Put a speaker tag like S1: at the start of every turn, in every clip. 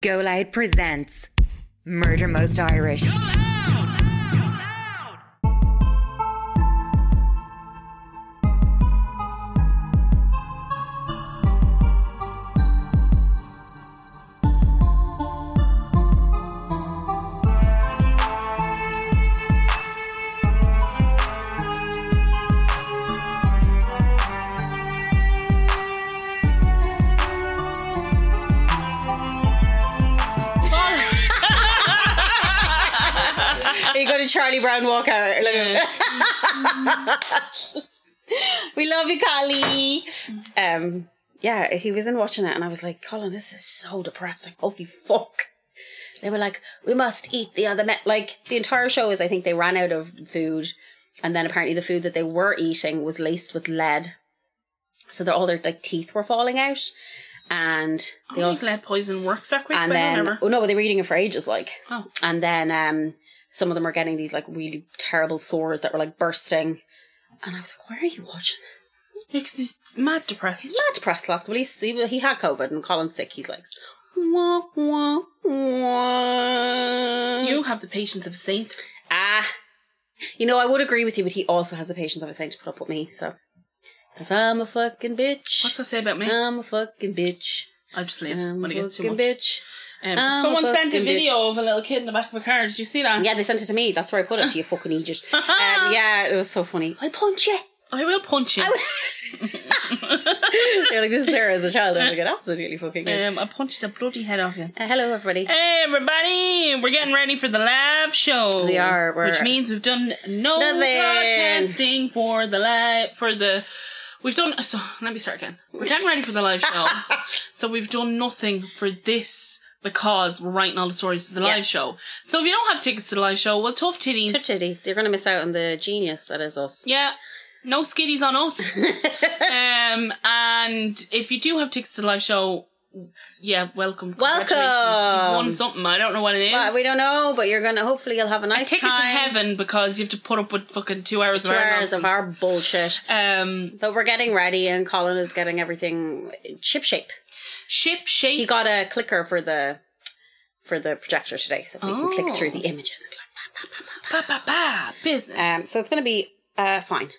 S1: Go Loud presents Murder Most Irish.
S2: you go to Charlie Brown walkout. Look at we love you, Collie. Um, yeah, he was in watching it, and I was like, Colin, this is so depressing. Holy fuck. They were like, we must eat the other men. Like, the entire show is, I think, they ran out of food, and then apparently the food that they were eating was laced with lead. So that all their like teeth were falling out, and
S3: I
S2: they
S3: don't
S2: all
S3: think lead poison works that quick.
S2: and
S3: but
S2: then
S3: whatever.
S2: oh no, but they were eating it for ages, like.
S3: Oh.
S2: And then um, some of them were getting these like really terrible sores that were like bursting. And I was like, "Why are you watching?
S3: because he's mad
S2: He's
S3: depressed.
S2: not depressed, last but he's, he he had COVID and Colin's sick. He's like, wah wah wah.
S3: You have the patience of a saint.
S2: ah, you know I would agree with you, but he also has the patience of a saint to put up with me. So, cause I'm a fucking bitch.
S3: What's that say about me?
S2: I'm a fucking bitch.
S3: I'll just leave
S2: I'm
S3: when it
S2: a
S3: gets too
S2: Uh, um, fucking
S3: much.
S2: bitch.
S3: Um,
S2: I'm a
S3: someone sent a
S2: fucking bitch.
S3: video of a little kid in the back of a car. Did you see that?
S2: Yeah, they sent it to me. That's where I put it. You fucking idiot. um, yeah, it was so funny. I'll punch you.
S3: I will punch you.
S2: They're like, this is Sarah as a child. I was like, it absolutely fucking is.
S3: um, I punched the bloody head off you.
S2: Uh, hello, everybody.
S3: Hey everybody! We're getting ready for the live show.
S2: We are, we're-
S3: which means we've done no
S2: Nothing.
S3: broadcasting for the live for the. We've done so. Let me start again. We're getting ready for the live show, so we've done nothing for this because we're writing all the stories to the live
S2: Yes.
S3: show. So if you don't have tickets to the live show, well, tough titties.
S2: Touch it, You're going to miss out on the genius that is us.
S3: Yeah. No skiddies on us. um, and if you do have tickets to the live show, yeah, welcome.
S2: Welcome.
S3: Congratulations. You've won something. I don't know what it is.
S2: Well, we don't know, but you're going to, hopefully, you'll have a nice
S3: Ticket
S2: time.
S3: to heaven because you have to put up with fucking two hours
S2: Two
S3: of our
S2: hours of our
S3: nonsense.
S2: bullshit.
S3: um
S2: But we're getting ready, and Colin is getting everything ship shape.
S3: ship
S2: He
S3: shape.
S2: got a clicker for the for the projector today, so we can click
S3: Oh.
S2: through the images.
S3: ba, ba, ba, business.
S2: Um, so it's going to be uh, fine.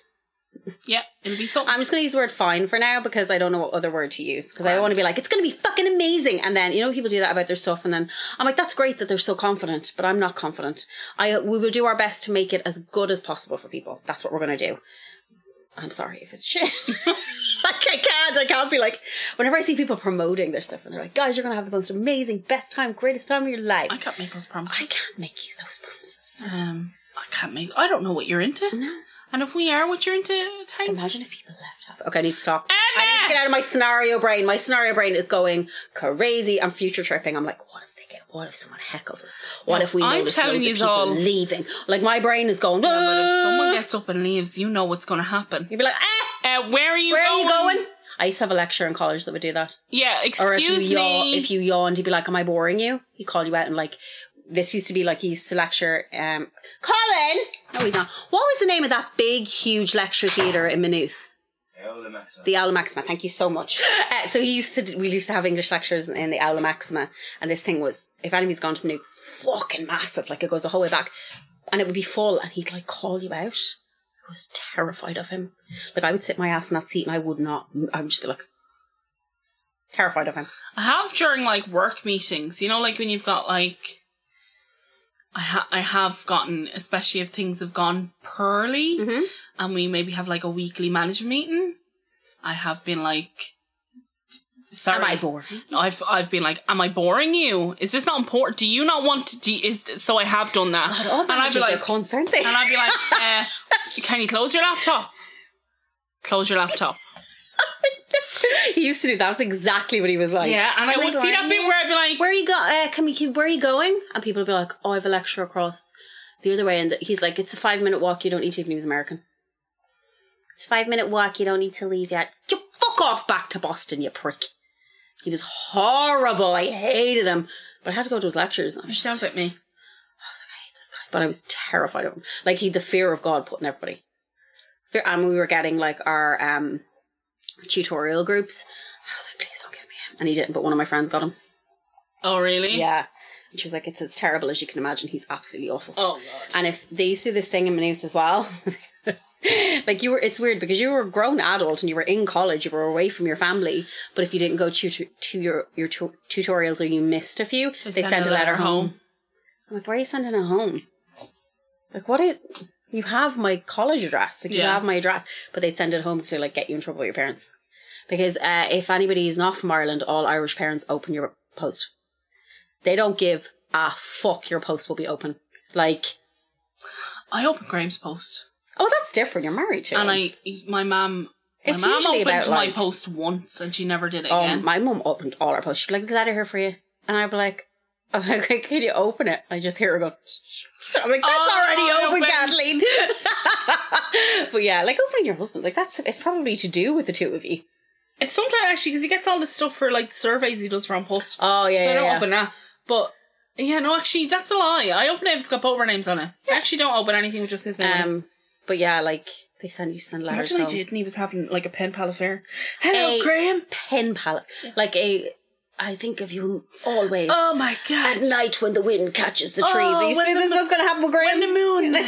S3: yeah, it'll be something.
S2: I'm just going to use the word fine for now because I don't know what other word to use because I don't want to be like, it's going to be fucking amazing. And then, you know, people do that about their stuff. And then I'm like, that's great that they're so confident, but I'm not confident. I, we will do our best to make it as good as possible for people. That's what we're going to do. I'm sorry if it's shit. like I can't, I can't be like, whenever I see people promoting their stuff and they're like, guys, you're going to have the most amazing, best time, greatest time of your life.
S3: I can't make those promises.
S2: I can't make you those promises.
S3: Um, I can't make. I don't know what you're into.
S2: No.
S3: And if we are what you're into, thanks.
S2: Imagine if people left half. Okay, I need to stop.
S3: Emma!
S2: I need to get out of my scenario brain. My scenario brain is going crazy. I'm future tripping. I'm like, what if they get? What if someone heckles us? What
S3: No,
S2: if we
S3: I'm
S2: notice
S3: telling
S2: loads of
S3: yous
S2: people
S3: all.
S2: leaving? Like my brain is going.
S3: Yeah, but if someone
S2: "Ah."
S3: gets up and leaves, you know what's going to happen.
S2: you'd be like, ah,
S3: Uh, where are you
S2: where
S3: going?
S2: are you going? I used to have a lecturer in college that would do that.
S3: Yeah,
S2: Or if you
S3: excuse
S2: yawn,
S3: me.
S2: if you yawned, he'd be like, "Am I boring you?" He'd call you out and like. This used to be like he used to lecture. Um, Colin, no, he's not. What was the name of that big, huge lecture theatre in Maynooth?
S4: Hell, I'm excellent.
S2: The Aula Maxima. Thank you so much. Uh, so he used to, we used to have English lectures in, in the Aula Maxima, and this thing was, if anybody's gone to Manuk, it's fucking massive. Like it goes the whole way back, and it would be full, and he'd like call you out. I was terrified of him. Like I would sit my ass in that seat, and I would not. I would just be like terrified of him.
S3: I have during like work meetings, you know, like when you've got like, I ha- I have gotten, especially if things have gone poorly,
S2: Mhm.
S3: and we maybe have like a weekly management meeting. I have been like, sorry,
S2: Am I bored?
S3: I've I've been like, am I boring you? Is this not important? Do you not want to? Do you- is so I have done that,
S2: God, all
S3: and I'd be
S2: managers are
S3: like,
S2: cunts, aren't they?
S3: and I'd be like, uh, can you close your laptop? Close your laptop.
S2: he used to do that. That's exactly what he was like.
S3: Yeah, and I
S2: Am I
S3: would see that
S2: boring
S3: bit
S2: you?
S3: where I'd be like,
S2: where you go? Uh, can we? Can, where are you going? And people would be like, "Oh, I have a lecture across the other way." And he's like, "It's a five minute walk. You don't need to." Even he was American. It's a five minute walk. You don't need to leave yet. You fuck off back to Boston, you prick. He was horrible. I hated him, but I had to go to his lectures. and I was
S3: She
S2: just-
S3: sounds like me.
S2: but I was terrified of him. Like he, the fear of God putting everybody. Fear, and we were getting like our um tutorial groups. I was like, please don't give me him, and he didn't. But one of my friends got him.
S3: Oh, really?
S2: Yeah. And she was like, it's as terrible as you can imagine. He's absolutely awful.
S3: Oh, God.
S2: And if they used to do this thing in Maynooth as well, like you were, it's weird because you were a grown adult and you were in college, you were away from your family. But if you didn't go to to, to your your tu- tutorials or you missed a few, they would send a letter home. I'm like, why are you sending it home? Like, what is? You have my college address. Like, you
S3: Yeah.
S2: have my address, but they'd send it home to like get you in trouble with your parents. Because uh, if anybody is not from Ireland, all Irish parents open your post. They don't give a fuck. Your post will be open. Like,
S3: I opened Graham's post,
S2: oh, that's different. You're married to.
S3: and
S2: him.
S3: I my mum. My
S2: It's
S3: mum
S2: usually
S3: opened
S2: about,
S3: my
S2: like-
S3: post once, and she never did it
S2: Um,
S3: again.
S2: my mum opened all our posts. She'd be like, "There's a letter here for you," and I'd be like, "I'm like, can you open it?" I just hear her go. I'm like, "That's
S3: Oh,
S2: already open,
S3: open.
S2: Kathleen." but yeah, like opening your husband, like that's it's probably to do with the two of you.
S3: It's sometimes actually because he gets all this stuff for like surveys he does for on post.
S2: Oh yeah,
S3: so I don't open that. But yeah, no, actually, that's a lie. I open it if it's got both our names on it. I actually don't open anything with just his name. on it.
S2: Um, but yeah, like they send you send letters.
S3: Imagine I
S2: home.
S3: did, and he was having like a pen pal affair. Hello,
S2: A-
S3: Graham.
S2: pen pal, like a. I think of you always.
S3: Oh my god!
S2: At night when the wind catches the trees.
S3: Oh,
S2: Are you
S3: when
S2: serious?
S3: the
S2: This is what's going to happen with Graham.
S3: when the moon.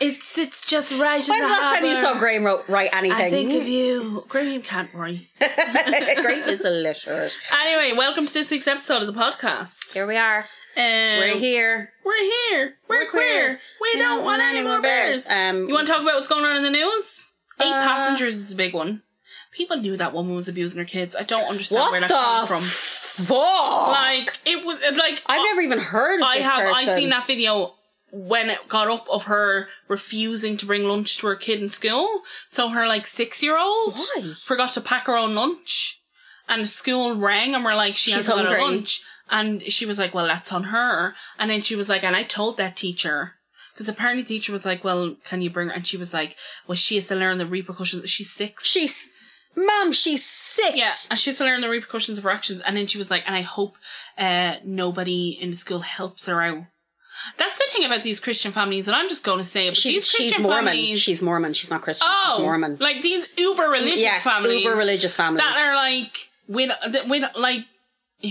S3: it's it's just right.
S2: When's the last time you saw Graham wrote, write anything?
S3: I think of you. Graham can't write.
S2: Great is illiterate.
S3: Anyway, welcome to this week's episode of the podcast.
S2: Here we are.
S3: Um,
S2: We're here.
S3: We're here. We're, queer. We, don't, want, any more bears.
S2: Um,
S3: You want to talk about what's going on in the news? Eight
S2: Uh,
S3: passengers is a big one. People knew that woman was abusing her kids. I don't understand
S2: what
S3: where that
S2: the
S3: came from.
S2: fuck?
S3: like it was like
S2: I've never even heard of
S3: I
S2: this
S3: have.
S2: person.
S3: I seen that video when it got up of her refusing to bring lunch to her kid in school. So her like six year old
S2: Why?
S3: forgot to pack her own lunch, and the school rang and were like, "She
S2: She's
S3: hasn't got her
S2: hungry.
S3: lunch," and she was like, "Well, that's on her." And then she was like, "And I told that teacher." Because apparently the teacher was like, well, can you bring her? And she was like, well, she has to learn the repercussions. She's six.
S2: She's, mom, she's six.
S3: Yeah, and she has to learn the repercussions of her actions. And then she was like, and I hope uh, nobody in the school helps her out. That's the thing about these Christian families, and I'm just going to say it, but
S2: She's,
S3: these
S2: she's
S3: Christian
S2: Mormon.
S3: families.
S2: She's Mormon. She's not Christian.
S3: oh,
S2: she's Mormon.
S3: like these uber religious
S2: yes,
S3: families.
S2: uber religious families.
S3: That are like, with, that- with, like,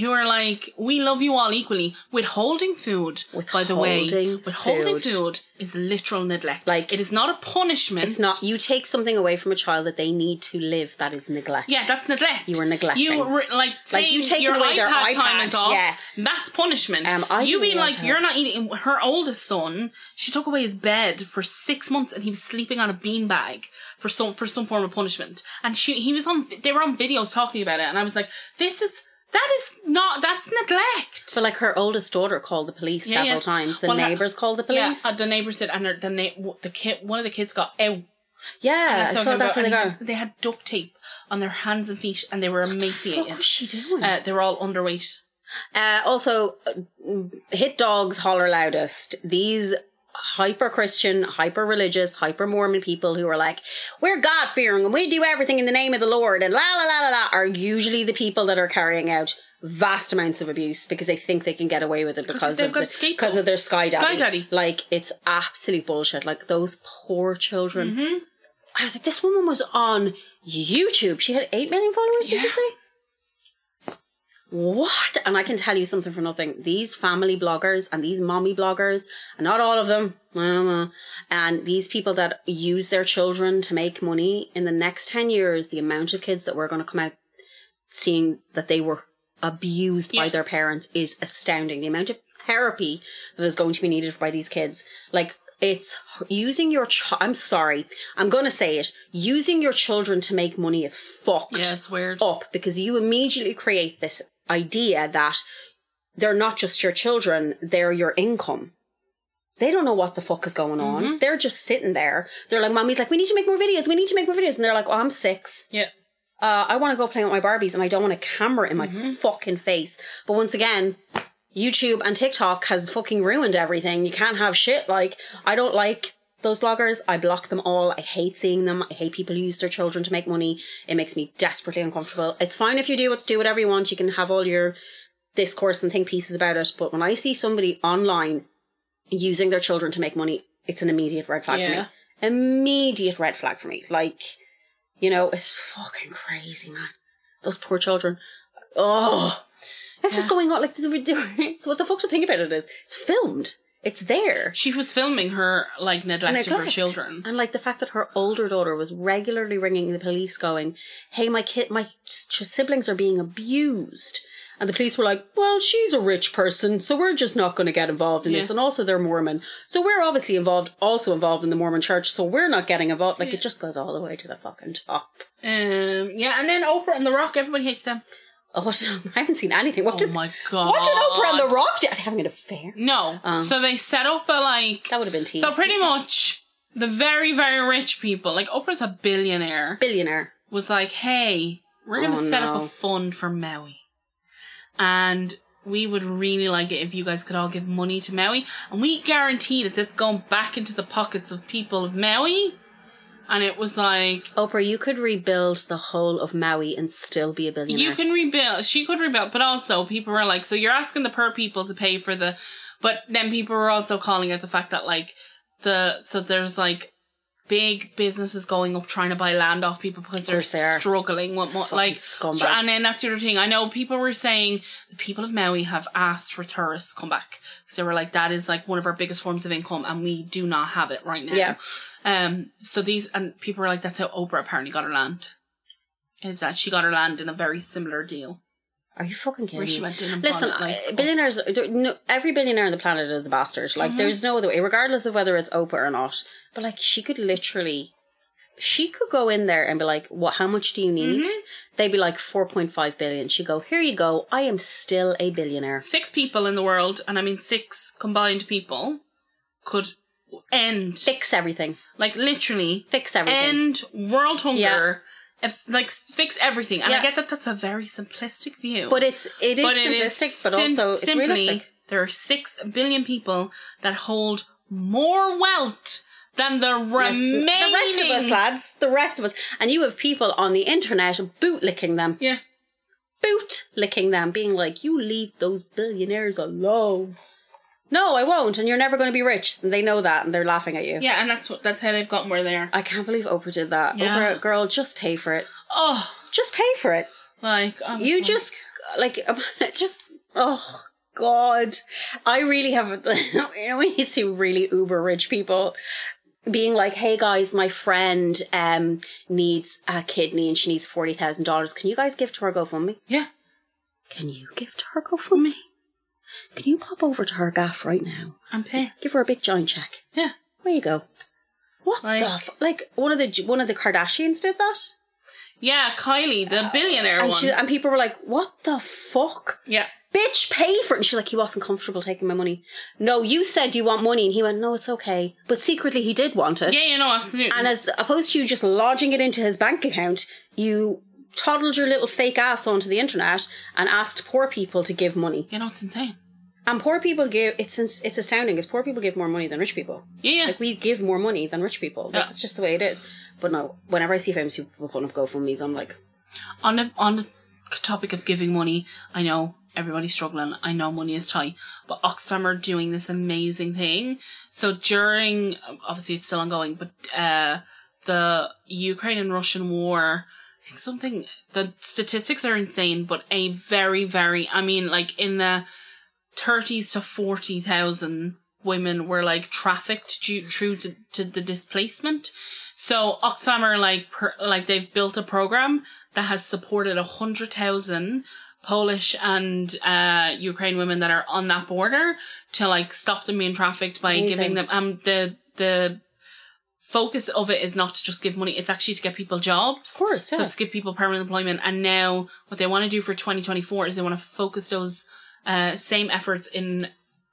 S3: who are like, we love you all equally. Withholding food, by the way,
S2: Withholding
S3: withholding
S2: food.
S3: food is literal neglect.
S2: Like-
S3: it is not a punishment.
S2: it's not. You take something away from a child that they need to live. That is neglect.
S3: Yeah, that's neglect.
S2: You were neglecting.
S3: You were, like saying
S2: you taking
S3: your
S2: away
S3: iPad,
S2: their
S3: time
S2: iPad,
S3: is off.
S2: yeah.
S3: that's punishment.
S2: Um, I
S3: you
S2: didn't
S3: being
S2: realise
S3: like
S2: how-
S3: you're not eating. Her oldest son, she took away his bed for six months, and he was sleeping on a beanbag for some for some form of punishment. And she, he was on. They were on videos talking about it, and I was like, this is that is not that's neglect.
S2: But like her oldest daughter called the police
S3: Yeah,
S2: several
S3: yeah.
S2: times. The
S3: Well, her-
S2: neighbors called the
S3: yeah,
S2: police.
S3: uh, the neighbor said, and her, the na- the kid, one of the kids got out.
S2: Yeah, I saw that's where they go.
S3: and They had duct tape on their hands and feet, and they were emaciated.
S2: What was she doing?
S3: Uh, they were all underweight.
S2: Uh, also, uh, hit dogs holler loudest. These hyper Christian, hyper religious, hyper Mormon people who are like, we're God fearing and we do everything in the name of the Lord and la la la la la are usually the people that are carrying out vast amounts of abuse because they think they can get away with it because
S3: they've
S2: of
S3: got a
S2: the-
S3: scapegoat.
S2: because of their sky daddy.
S3: Sky daddy.
S2: Like it's absolute bullshit. Like those poor children.
S3: Mm-hmm.
S2: I was like, this woman was on YouTube. She had eight million followers. Did
S3: Yeah.
S2: you say? What? And I can tell you something for nothing. These family bloggers and these mommy bloggers, and not all of them, mm, and these people that use their children to make money in the next 10 years, the amount of kids that we're going to come out seeing that they were abused by
S3: Yeah.
S2: their parents is astounding. The amount of therapy that is going to be needed by these kids. Like, it's using your chi- I'm sorry. I'm going to say it. Using your children to make money is fucked
S3: Yeah, it's weird.
S2: up because you immediately create this idea that they're not just your children, they're your income. They don't know what the fuck is going on.
S3: Mm-hmm.
S2: They're just sitting there. They're like, Mommy's like, we need to make more videos. We need to make more videos. And they're like, oh, I'm six.
S3: Yeah.
S2: Uh, I want to go play with my Barbies and I don't want a camera in my fucking face. But once again, YouTube and TikTok has fucking ruined everything. You can't have shit. Like, I don't like those bloggers. I block them all. I hate seeing them. I hate people who use their children to make money. It makes me desperately uncomfortable. It's fine if you do it, do whatever you want. You can have all your discourse and think pieces about it. But when I see somebody online using their children to make money, it's an immediate red flag
S3: Yeah.
S2: for me. Immediate red flag for me. Like, you know, it's fucking crazy, man. Those poor children. oh, it's just going on like the, the, so what the fuck to think about it is it's filmed. It's there.
S3: She was filming her like neglecting her
S2: Neglect.
S3: children.
S2: and like the fact that her older daughter was regularly ringing the police, going, "Hey, my kid, my s- siblings are being abused," and the police were like, "Well, she's a rich person, so we're just not going to get involved in this."
S3: Yeah.
S2: And also, they're Mormon, so we're obviously involved, also involved in the Mormon Church, so we're not getting involved. Like it just goes all the way to the fucking top.
S3: Um, yeah, and then Oprah and The Rock. Everybody hates them.
S2: Oh, what did- I haven't seen anything. What
S3: Oh
S2: did
S3: my god!
S2: what did Oprah and The Rock do? Are they having an affair?
S3: No.
S2: Oh.
S3: So they set up a like.
S2: That would have been tea.
S3: So pretty much the very very rich people, like Oprah's a billionaire,
S2: Billionaire.
S3: was like, "Hey, we're gonna
S2: Oh,
S3: set up
S2: no.
S3: a fund for Maui, and we would really like it if you guys could all give money to Maui, and we guarantee that it's going back into the pockets of people of Maui." And it was like,
S2: Oprah, you could rebuild the whole of Maui and still be a billionaire.
S3: You can rebuild. She could rebuild, but also people were like, so you're asking the poor people to pay for the, but then people were also calling out the fact that like the so there's like big businesses going up trying to buy land off people because they're
S2: course they are.
S3: struggling with mo-
S2: Fucking
S3: like
S2: scumbags.
S3: str- and then that's the other thing. I know people were saying the people of Maui have asked for tourists to come back because they were like that is like one of our biggest forms of income and we do not have it right now.
S2: Yeah.
S3: Um. So these and people were like that's how Oprah apparently got her land is that she got her land in a very similar deal
S2: Are you fucking kidding
S3: where she
S2: me?
S3: went in and
S2: Listen,
S3: bought it, oh.
S2: uh, billionaires. there- No, every billionaire on the planet is a bastard. Like,
S3: Mm-hmm.
S2: there's no other way, regardless of whether it's Oprah or not. But like, she could literally, she could go in there and be like, "What? How much do you need?"
S3: Mm-hmm.
S2: They'd be like, 4.5 billion." She'd go, "Here you go. I am still a billionaire."
S3: six people in the world, and I mean six combined people, could end
S2: Fix everything.
S3: like literally
S2: Fix everything.
S3: end world hunger. If, like s- fix everything, and I
S2: Yeah.
S3: get that that's a very simplistic view,
S2: but it's it is
S3: But it is
S2: simplistic, but
S3: sim-
S2: also it's
S3: simply
S2: realistic.
S3: there are six billion people that hold more wealth than the remaining.
S2: The rest of us, lads. The rest of us. And you have people on the internet bootlicking them.
S3: yeah,
S2: bootlicking them, being like, you leave those billionaires alone. No, I won't, and you're never going to be rich. And they know that, and they're laughing at you.
S3: yeah, and that's what that's how they've gotten where they are.
S2: I can't believe Oprah did that.
S3: Yeah.
S2: Oprah, girl, just pay for it.
S3: Oh,
S2: Just pay for it.
S3: like I'm
S2: You
S3: sorry.
S2: just, like, it's just, oh, God. I really have, you know, when you see really uber rich people being like, hey guys, my friend um needs a kidney and she needs $40,000. Can you guys give to her GoFundMe?
S3: yeah.
S2: Can you give to her GoFundMe? Can you pop over to her gaff right now?
S3: I'm paying.
S2: Give her a big giant check.
S3: Yeah.
S2: Where you go? What
S3: Like-
S2: the f- like one of the one of the Kardashians did that,
S3: Yeah, Kylie, the billionaire
S2: Uh, and
S3: one.
S2: she, and people were like, "What the fuck,
S3: yeah.
S2: bitch? Pay for it." And she was like, "He wasn't comfortable taking my money." No, you said you want money, and he went, "No, it's okay." But secretly, he did want it.
S3: Yeah, you know, absolutely.
S2: And as opposed to you just lodging it into his bank account, you toddled your little fake ass onto the internet and asked poor people to give money.
S3: you know, it's insane.
S2: And poor people give it's ins- it's astounding because poor people give more money than rich people.
S3: Yeah, yeah.
S2: Like we give more money than rich people. Like,
S3: Yeah.
S2: That's just the way it is. But no, whenever I see famous people putting up GoFundMe's, I'm like,
S3: on the on the topic of giving money, I know everybody's struggling. I know money is tight, but Oxfam are doing this amazing thing. So during, obviously, it's still ongoing, but uh, the Ukraine and Russian war. I think Something the statistics are insane, but a very, very I mean, like in the thirties to forty thousand women were like trafficked due true to, to the displacement. So Oxfam are like per, like they've built a program that has supported a hundred thousand Polish and uh, Ukraine women that are on that border to like stop them being trafficked by
S2: Amazing.
S3: giving them um the the focus of it is not to just give money; it's actually to get people jobs.
S2: of course,
S3: So let's give people permanent employment. And now what they want to do for 2024 is they want to focus those uh, same efforts in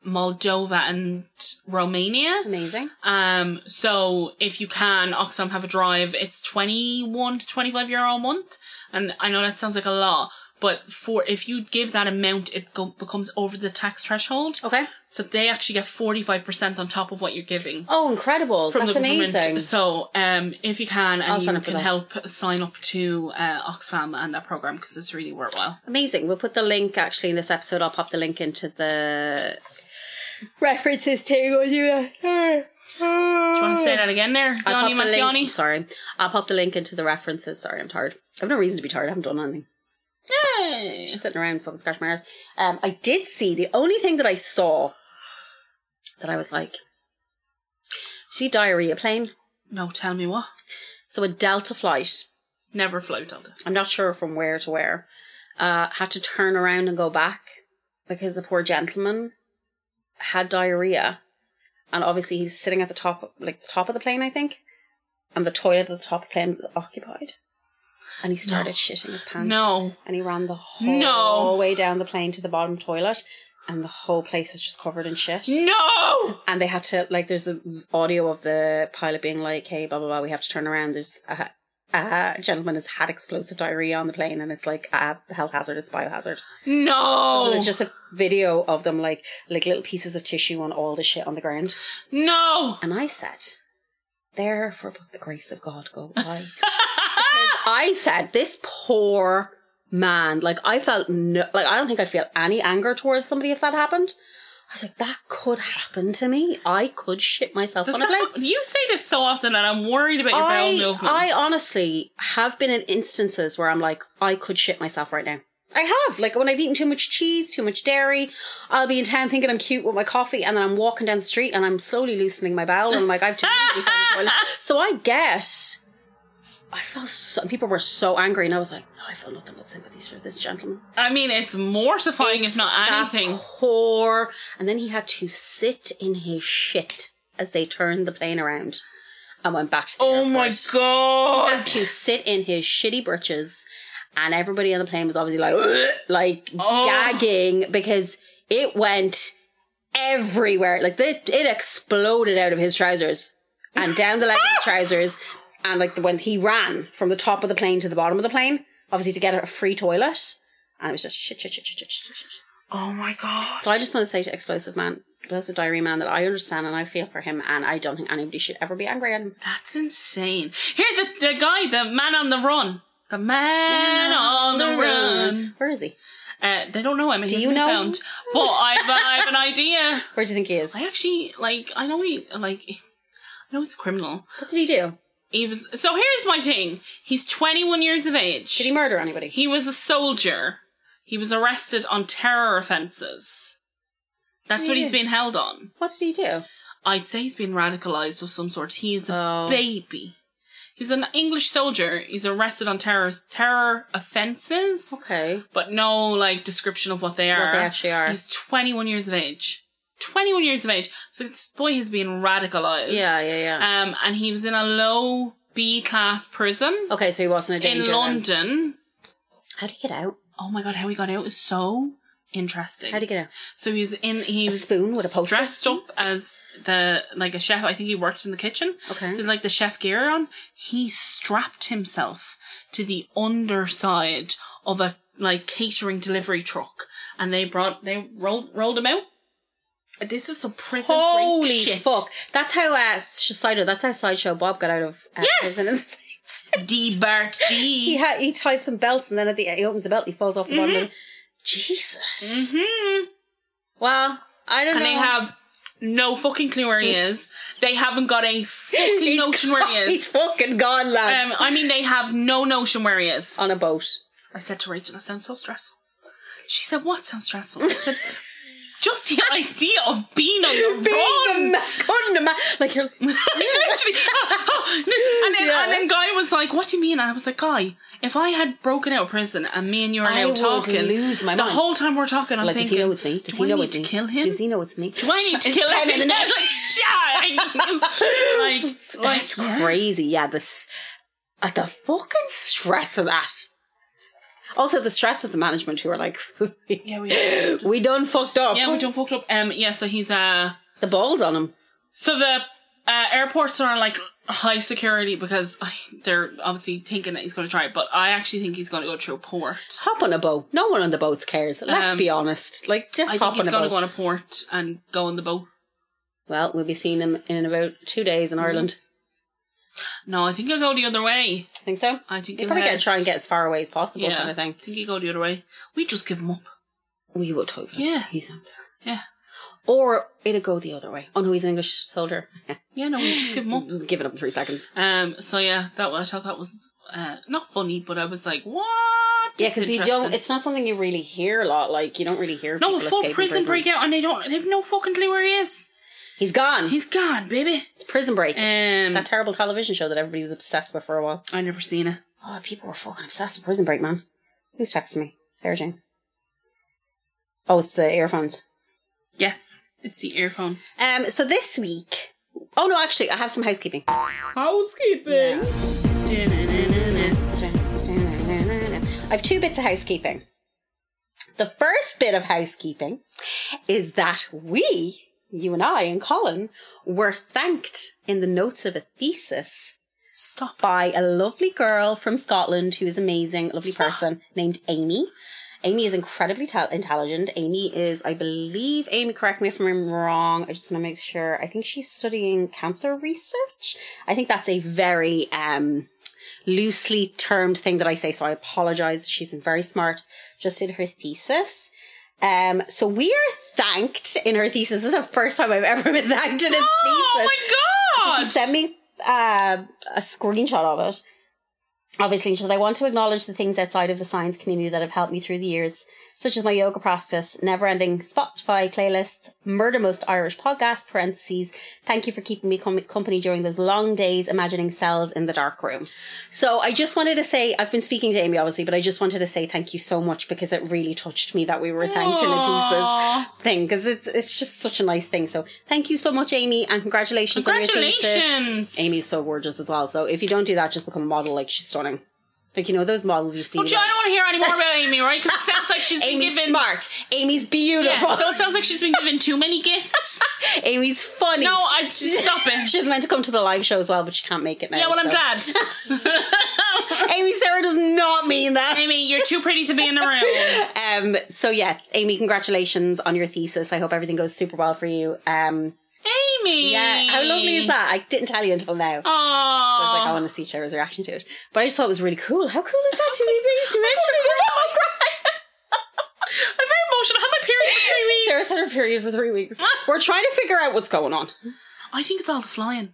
S3: Moldova and Romania.
S2: amazing.
S3: Um, so if you can, Oxfam have a drive. It's 21 to 25 euro a month. And I know that sounds like a lot, but for, if you give that amount, it go, becomes over the tax threshold.
S2: Okay.
S3: So they actually get 45% on top of what you're giving
S2: Oh, incredible!
S3: from
S2: That's
S3: the government.
S2: amazing.
S3: So, um, if you can, and
S2: I'll
S3: you
S2: sign up for
S3: can
S2: that.
S3: help sign up to uh, Oxfam and that program because it's really worthwhile.
S2: Amazing. We'll put the link actually in this episode. I'll pop the link into the references thing on you.
S3: Do you want to say that again there,
S2: I'll
S3: Yanni
S2: pop the link.
S3: Mattiani?
S2: Sorry, I'll pop the link into the references. Sorry, I'm tired. I've no reason to be tired. I haven't done anything.
S3: Yay.
S2: Just sitting around fucking scratch my arse. Um, I did see the only thing that I saw that I was like, she diarrhea plane.
S3: No, tell me what.
S2: So a Delta flight,
S3: Never float on it.
S2: I'm not sure from where to where, uh, had to turn around and go back because the poor gentleman had diarrhea, and obviously he was sitting at the top, like the top of the plane, I think, and the toilet at the top of the plane was occupied, and he started
S3: No.
S2: shitting his pants.
S3: No.
S2: and he ran the whole
S3: No.
S2: way down the plane to the bottom toilet, and the whole place was just covered in shit.
S3: No!
S2: And they had to like, there's the audio of the pilot being like, "Hey, blah blah blah, we have to turn around." There's a, a gentleman has had explosive diarrhea on the plane, and it's like a health hazard. It's biohazard.
S3: No!
S2: So there's just a video of them like like little pieces of tissue on all the shit on the ground.
S3: no!
S2: And I said, "Therefore, but the grace of God, go why." I said, this poor man, like I felt no, like I don't think I'd feel any anger towards somebody if that happened. I was like, that could happen to me. I could shit myself
S3: Does
S2: on a
S3: that
S2: plane.
S3: happen? You say this so often and I'm worried about your bowel
S2: I,
S3: movements.
S2: I honestly have been in instances where I'm like, I could shit myself right now. I have. Like when I've eaten too much cheese, too much dairy, I'll be in town thinking I'm cute with my coffee, and then I'm walking down the street and I'm slowly loosening my bowel, and I'm like, I've too easily found the toilet. So I guess I felt so, people were so angry, and I was like, no, I feel nothing but sympathies for this gentleman.
S3: I mean, it's mortifying if not
S2: That
S3: anything.
S2: Poor. And then he had to sit in his shit as they turned the plane around and went back to the
S3: Oh my
S2: airport
S3: god!
S2: to sit in his shitty britches, and everybody on the plane was obviously like, like
S3: Oh.
S2: gagging because it went everywhere. Like the, it exploded out of his trousers and down the leg of his trousers, and like when he ran from the top of the plane to the bottom of the plane, obviously to get a free toilet, and it was just shit, shit, shit, shit, shit, shit. shit.
S3: Oh my god.
S2: So I just want to say to explosive man. Explosive diary man that I understand and I feel for him and I don't think anybody should ever be angry at him.
S3: That's insane. Here, the, the guy, the man on the run. The man, on the run.
S2: Where is he?
S3: Uh, they don't know him. Do
S2: you know?
S3: Found. But I've, I've an idea.
S2: Where do you think he is?
S3: I actually, like, I know he, like, I know it's criminal.
S2: What did he do?
S3: He was, so here's my thing. He's 21 years of age.
S2: Did he murder anybody?
S3: He was a soldier. He was arrested on terror offences. That's what he's been held on.
S2: what did he do?
S3: I'd say he's been radicalized of some sort. He is a
S2: Oh.
S3: baby. He's an English soldier. He's arrested on terror terror offences,
S2: Okay.
S3: but no like description of what they are.
S2: What they actually are.
S3: He's 21 years of age. 21 years of age. So this boy has been radicalized.
S2: Yeah, yeah, yeah.
S3: Um, and he was in a low B class prison
S2: um, okay, so he wasn't a Oh, danger.
S3: in
S2: then.
S3: London.
S2: How did he get out?
S3: Oh my god, how he got out is so interesting.
S2: How did he get out?
S3: So he was in. He
S2: A
S3: was
S2: spoon with a poster?
S3: dressed up as the like a chef. I think he worked in the kitchen.
S2: Okay.
S3: So like the chef gear on, he strapped himself to the underside of a like catering delivery truck, and they brought they rolled rolled him out. This is some prison break
S2: Holy
S3: shit.
S2: fuck! That's how uh, Sideshow. That's how Sideshow Bob got out of uh,
S3: Yes!
S2: prison. in the States.
S3: D Bart
S2: he
S3: D.
S2: had he tied some belts, and then at the he opens the belt, he falls off the
S3: Mm-hmm.
S2: bottom. Of the- Jesus.
S3: hmm
S2: Well, I don't
S3: And
S2: know.
S3: they have no fucking clue where he is. They haven't got a fucking
S2: He's
S3: notion where he
S2: gone-
S3: is.
S2: He's fucking gone, lads.
S3: Um, I mean, they have no notion where he is.
S2: on a boat.
S3: I said to Rachel, "That sounds so stressful." She said, "What sounds stressful?" I said, "Just the idea of being on the run."
S2: Being the ma- couldn't ima- like you're.
S3: Literally, and then
S2: Yeah.
S3: and then Guy was like, "What do you mean?" And I was like, "Guy, if I had broken out of prison and me and you are
S2: I
S3: now
S2: would
S3: talking,
S2: lose my
S3: the
S2: mind.
S3: whole time we're talking, I'm
S2: Like, does
S3: thinking,
S2: he know it's me? Does
S3: do
S2: he
S3: I
S2: know
S3: need
S2: it's
S3: to
S2: me?
S3: kill him?
S2: Does he know it's me?
S3: do I need to kill him?
S2: pen in the
S3: I was like, "Shit!" I- like, like,
S2: That's
S3: yeah.
S2: crazy. Yeah, the s- uh, the fucking stress of that. Also, the stress of the management who are like,
S3: Yeah, we-
S2: we done fucked up.
S3: Yeah, we don't fucked up. Um, yeah, so he's uh
S2: The balls on him.
S3: So the uh, airports are like high security because uh, they're obviously thinking that he's going to try it, but I actually think he's going to go through a port.
S2: Hop on a boat. No one on the boats cares. Let's
S3: Um,
S2: be honest. Like, just
S3: I think
S2: hop on
S3: he's
S2: a
S3: going to
S2: boat.
S3: go on a port and go on the boat.
S2: well, we'll be seeing him in about two days
S3: Mm-hmm.
S2: in Ireland.
S3: No, I think he'll go the other way.
S2: Think so?
S3: I think
S2: You're
S3: he'll
S2: probably going
S3: head-
S2: to try and get as far away as possible,
S3: yeah,
S2: kind of
S3: I
S2: thing.
S3: think he'll go the other way. We just give him up.
S2: We will totally.
S3: Yeah.
S2: He's not there.
S3: Yeah.
S2: Or it'd go the other way. Oh no, he's an English soldier.
S3: Yeah, no, we just give them up.
S2: Give it up in three seconds.
S3: Um, so yeah, that was, I thought that was uh, not funny, but I was like, what?
S2: Yeah,
S3: It's
S2: because you
S3: interesting.
S2: don't. It's not something you really hear a lot. Like you don't really hear.
S3: no
S2: people
S3: a full
S2: escaping
S3: prison, breakout, and they don't. They have no fucking clue where he is.
S2: He's gone.
S3: He's gone, baby.
S2: prison break.
S3: Um,
S2: that terrible television show that everybody was obsessed with for a while.
S3: I never seen it.
S2: Oh, people were fucking obsessed with Prison Break, man. Who's texting me? Sarah Jane. Oh, it's the earphones.
S3: Yes, it's the earphones.
S2: Um, so this week. Oh no, actually, I have some housekeeping.
S3: Housekeeping.
S2: I have two bits of housekeeping. The first bit of housekeeping is that we, you and I and Colin, were thanked in the notes of a thesis
S3: Stop.
S2: by a lovely girl from Scotland who is amazing, lovely
S3: Stop.
S2: person named Amy. Amy is incredibly tal intelligent. Amy is, I believe, Amy, correct me if I'm wrong. I just want to make sure. I think she's studying cancer research. I think that's a very um, loosely termed thing that I say, so I apologize. She's very smart. Just did her thesis. Um, so we are thanked in her thesis. This is the first time I've ever been thanked in a thesis.
S3: Oh my god!
S2: She sent me uh, a screenshot of it. Obviously, and she said, I want to acknowledge the things outside of the science community that have helped me through the years, such as my yoga practice, never ending Spotify playlists, Murder Most Irish podcast, parentheses. Thank you for keeping me com- company during those long days imagining cells in the dark room. So I just wanted to say, I've been speaking to Amy, obviously, but I just wanted to say thank you so much because it really touched me that we were thanked in a thesis
S3: Aw.
S2: thing because it's it's just such a nice thing. So thank you so much, Amy, and congratulations. On your thesis.
S3: Congratulations.
S2: Amy's so gorgeous as well. So if you don't do that, just become a model. Like she's stunning. Like you know those models you see.
S3: Oh,
S2: like,
S3: Joe, I don't want to hear any more about Amy, right? Because it sounds like she's been
S2: Amy's
S3: given.
S2: smart. Amy's
S3: Yeah,
S2: beautiful.
S3: so it sounds like she's been given too many gifts.
S2: Amy's funny.
S3: No, I stop it.
S2: She's meant to come to the live show as well, but she can't make it now.
S3: Yeah, well, I'm
S2: so.
S3: glad.
S2: Amy Sarah does not mean that.
S3: Amy, you're too pretty to be in the room.
S2: Um, so yeah, Amy, congratulations on your thesis. I hope everything goes super well for you. Um,
S3: Amy.
S2: yeah, how lovely is that? I didn't tell you until now. I was like, I
S3: Aww.
S2: want to see Cheryl's reaction to it. But I just thought it was really cool. How cool is that to me? You mentioned it. it's all cry.
S3: I'm very emotional. I had my period for three
S2: Sarah's
S3: weeks.
S2: had her period for three weeks. We're trying to figure out what's going on.
S3: I think it's all the flying.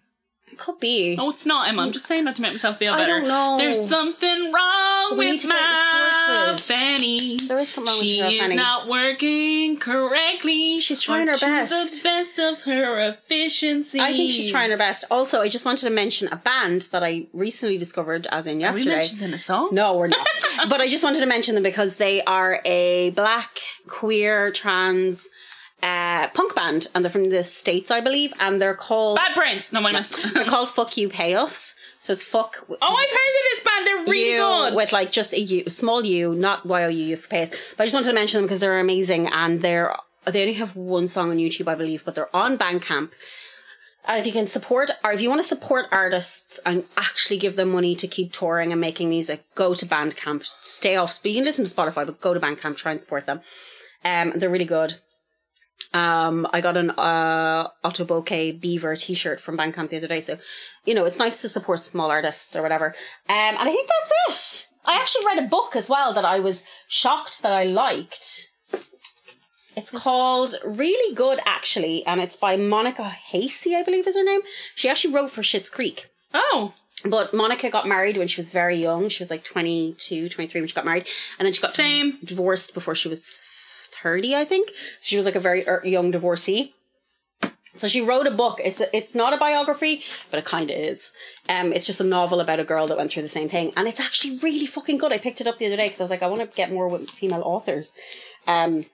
S2: It could be.
S3: No, it's not, Emma. I'm just saying that to make myself feel
S2: I
S3: better.
S2: don't know.
S3: There's something wrong
S2: We need
S3: with
S2: to get it
S3: my
S2: sorted.
S3: fanny.
S2: There is something wrong with
S3: She
S2: her
S3: is
S2: fanny.
S3: not working correctly.
S2: She's trying
S3: or
S2: her
S3: to
S2: best.
S3: The best of her efficiency.
S2: I think she's trying her best. Also, I just wanted to mention a band that I recently discovered, as in
S3: We
S2: yesterday.
S3: mentioned in a song.
S2: No, we're not. but I just wanted to mention them because they are a black, queer, trans uh, punk band, and they're from the States, I believe, and they're called.
S3: Bad brains. No, mine must.
S2: They're called Fuck You Pay Us. So it's fuck with
S3: Oh, I've heard of this band. They're really
S2: you
S3: good.
S2: with like just a U, small U, not Y O U U for Pay Us. But I just wanted to mention them because they're amazing and they're they only have one song on YouTube, I believe, but they're on Bandcamp. And if you can support, or if you want to support artists and actually give them money to keep touring and making music, go to Bandcamp. Stay off. But you can listen to Spotify, but go to Bandcamp. Try and support them. Um, they're really good. Um, I got an uh, Otto Bokeh Beaver T-shirt from Bandcamp the other day, so you know it's nice to support small artists or whatever. Um, and I think that's it. I actually read a book as well that I was shocked that I liked. It's called Really Good Actually, and it's by Monica Hasey, I believe is her name. She actually wrote for Schitt's Creek.
S3: oh,
S2: But Monica got married when she was very young. She was like 22, 23 when she got married. And then she got
S3: Same.
S2: divorced before she was 30, I think. She was like a very er- young divorcee. So she wrote a book. It's a, it's not a biography, but it kind of is. Um, it's just a novel about a girl that went through the same thing, and it's actually really fucking good. I picked it up the other day because I was like, I want to get more with female authors. Um,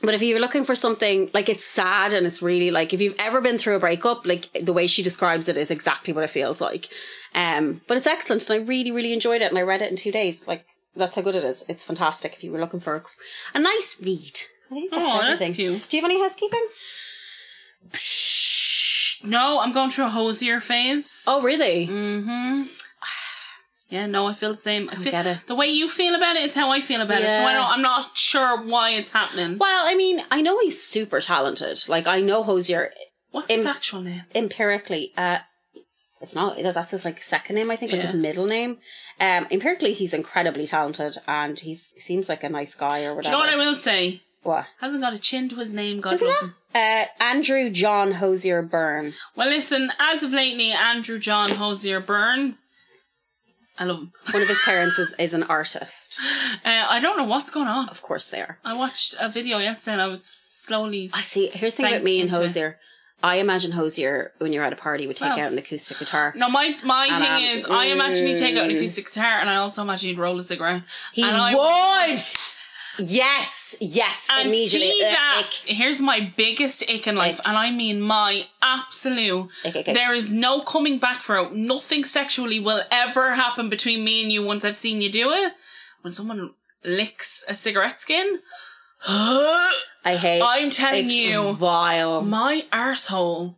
S2: but if you're looking for something like it's sad and it's really like if you've ever been through a breakup, like the way she describes it is exactly what it feels like. Um, but it's excellent and I really, really enjoyed it and I read it in two days. Like that's how good it is. It's fantastic if you were looking for a, a nice read. I think that's
S3: Aw, that's
S2: everything.
S3: cute.
S2: Do you have any housekeeping?
S3: no, I'm going through a hosier phase.
S2: Oh, really?
S3: hmm Yeah, no, I feel the same. I, feel,
S2: get it.
S3: The way you feel about it is how I feel about it. So I
S2: Yeah.
S3: don't, I'm not sure why it's happening.
S2: Well, I mean, I know he's super talented. Like I know Hosier
S3: What's his
S2: Im-
S3: actual name?
S2: empirically. Uh, it's not that's his like second name, I think, like
S3: Yeah.
S2: his middle name. Um, empirically, he's incredibly talented, and he seems like a nice guy or
S3: Do
S2: whatever.
S3: you know what I will say?
S2: What?
S3: Hasn't got a chin to his name, God
S2: Does he
S3: love
S2: not?
S3: him.
S2: Uh, Andrew John Hosier Byrne.
S3: Well, listen, as of lately, Andrew John Hosier Byrne, I love him.
S2: One of his parents is, is an artist.
S3: Uh, I don't know what's going on.
S2: Of course they are.
S3: I watched a video yesterday and I was slowly.
S2: I see. Here's the thing
S3: Sank
S2: about me and
S3: into it.
S2: Hosier. I imagine Hosier, when you're at a party, would take
S3: Swells.
S2: out an acoustic guitar.
S3: No, my my
S2: And,
S3: thing
S2: um,
S3: is, I imagine he'd take out an acoustic guitar, and I also imagine he'd roll a cigarette.
S2: He
S3: and I-
S2: would. Yes, yes,
S3: and
S2: immediately.
S3: see
S2: Uh,
S3: that
S2: ick,
S3: here's my biggest ick in life,
S2: Ick.
S3: and I mean my absolute.
S2: ick, ick, ick.
S3: There is no coming back for it. Nothing sexually will ever happen between me and you once I've seen you do it. When someone licks a cigarette skin, I'm
S2: I hate.
S3: telling
S2: it's
S3: you,
S2: vile.
S3: my arsehole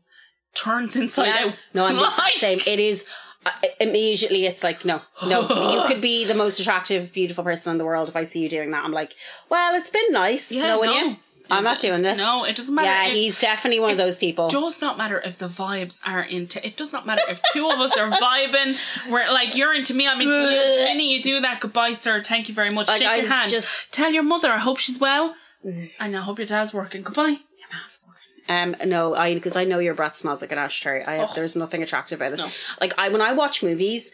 S3: turns inside
S2: Yeah.
S3: out.
S2: No, I'm the
S3: Like-
S2: exact same. It is uh, immediately. It's like no, no. you could be the most attractive, beautiful person in the world. If I see you doing that, I'm like, well, it's been nice
S3: Yeah,
S2: knowing
S3: no.
S2: you. I'm not doing this.
S3: No, it doesn't matter.
S2: Yeah,
S3: if-
S2: he's definitely one of those people.
S3: does not matter if the vibes are into it does not matter if two of us are vibing we're like you're into me i'm into you the minute you do that goodbye sir thank you very much
S2: Like,
S3: shake
S2: I
S3: your hand
S2: just- Mm.
S3: tell your mother i hope she's well and i hope your dad's working goodbye
S2: Um, no, I because I know your breath smells like an ashtray. I have,
S3: Oh.
S2: there's nothing attractive about this.
S3: No.
S2: Like I when I watch movies,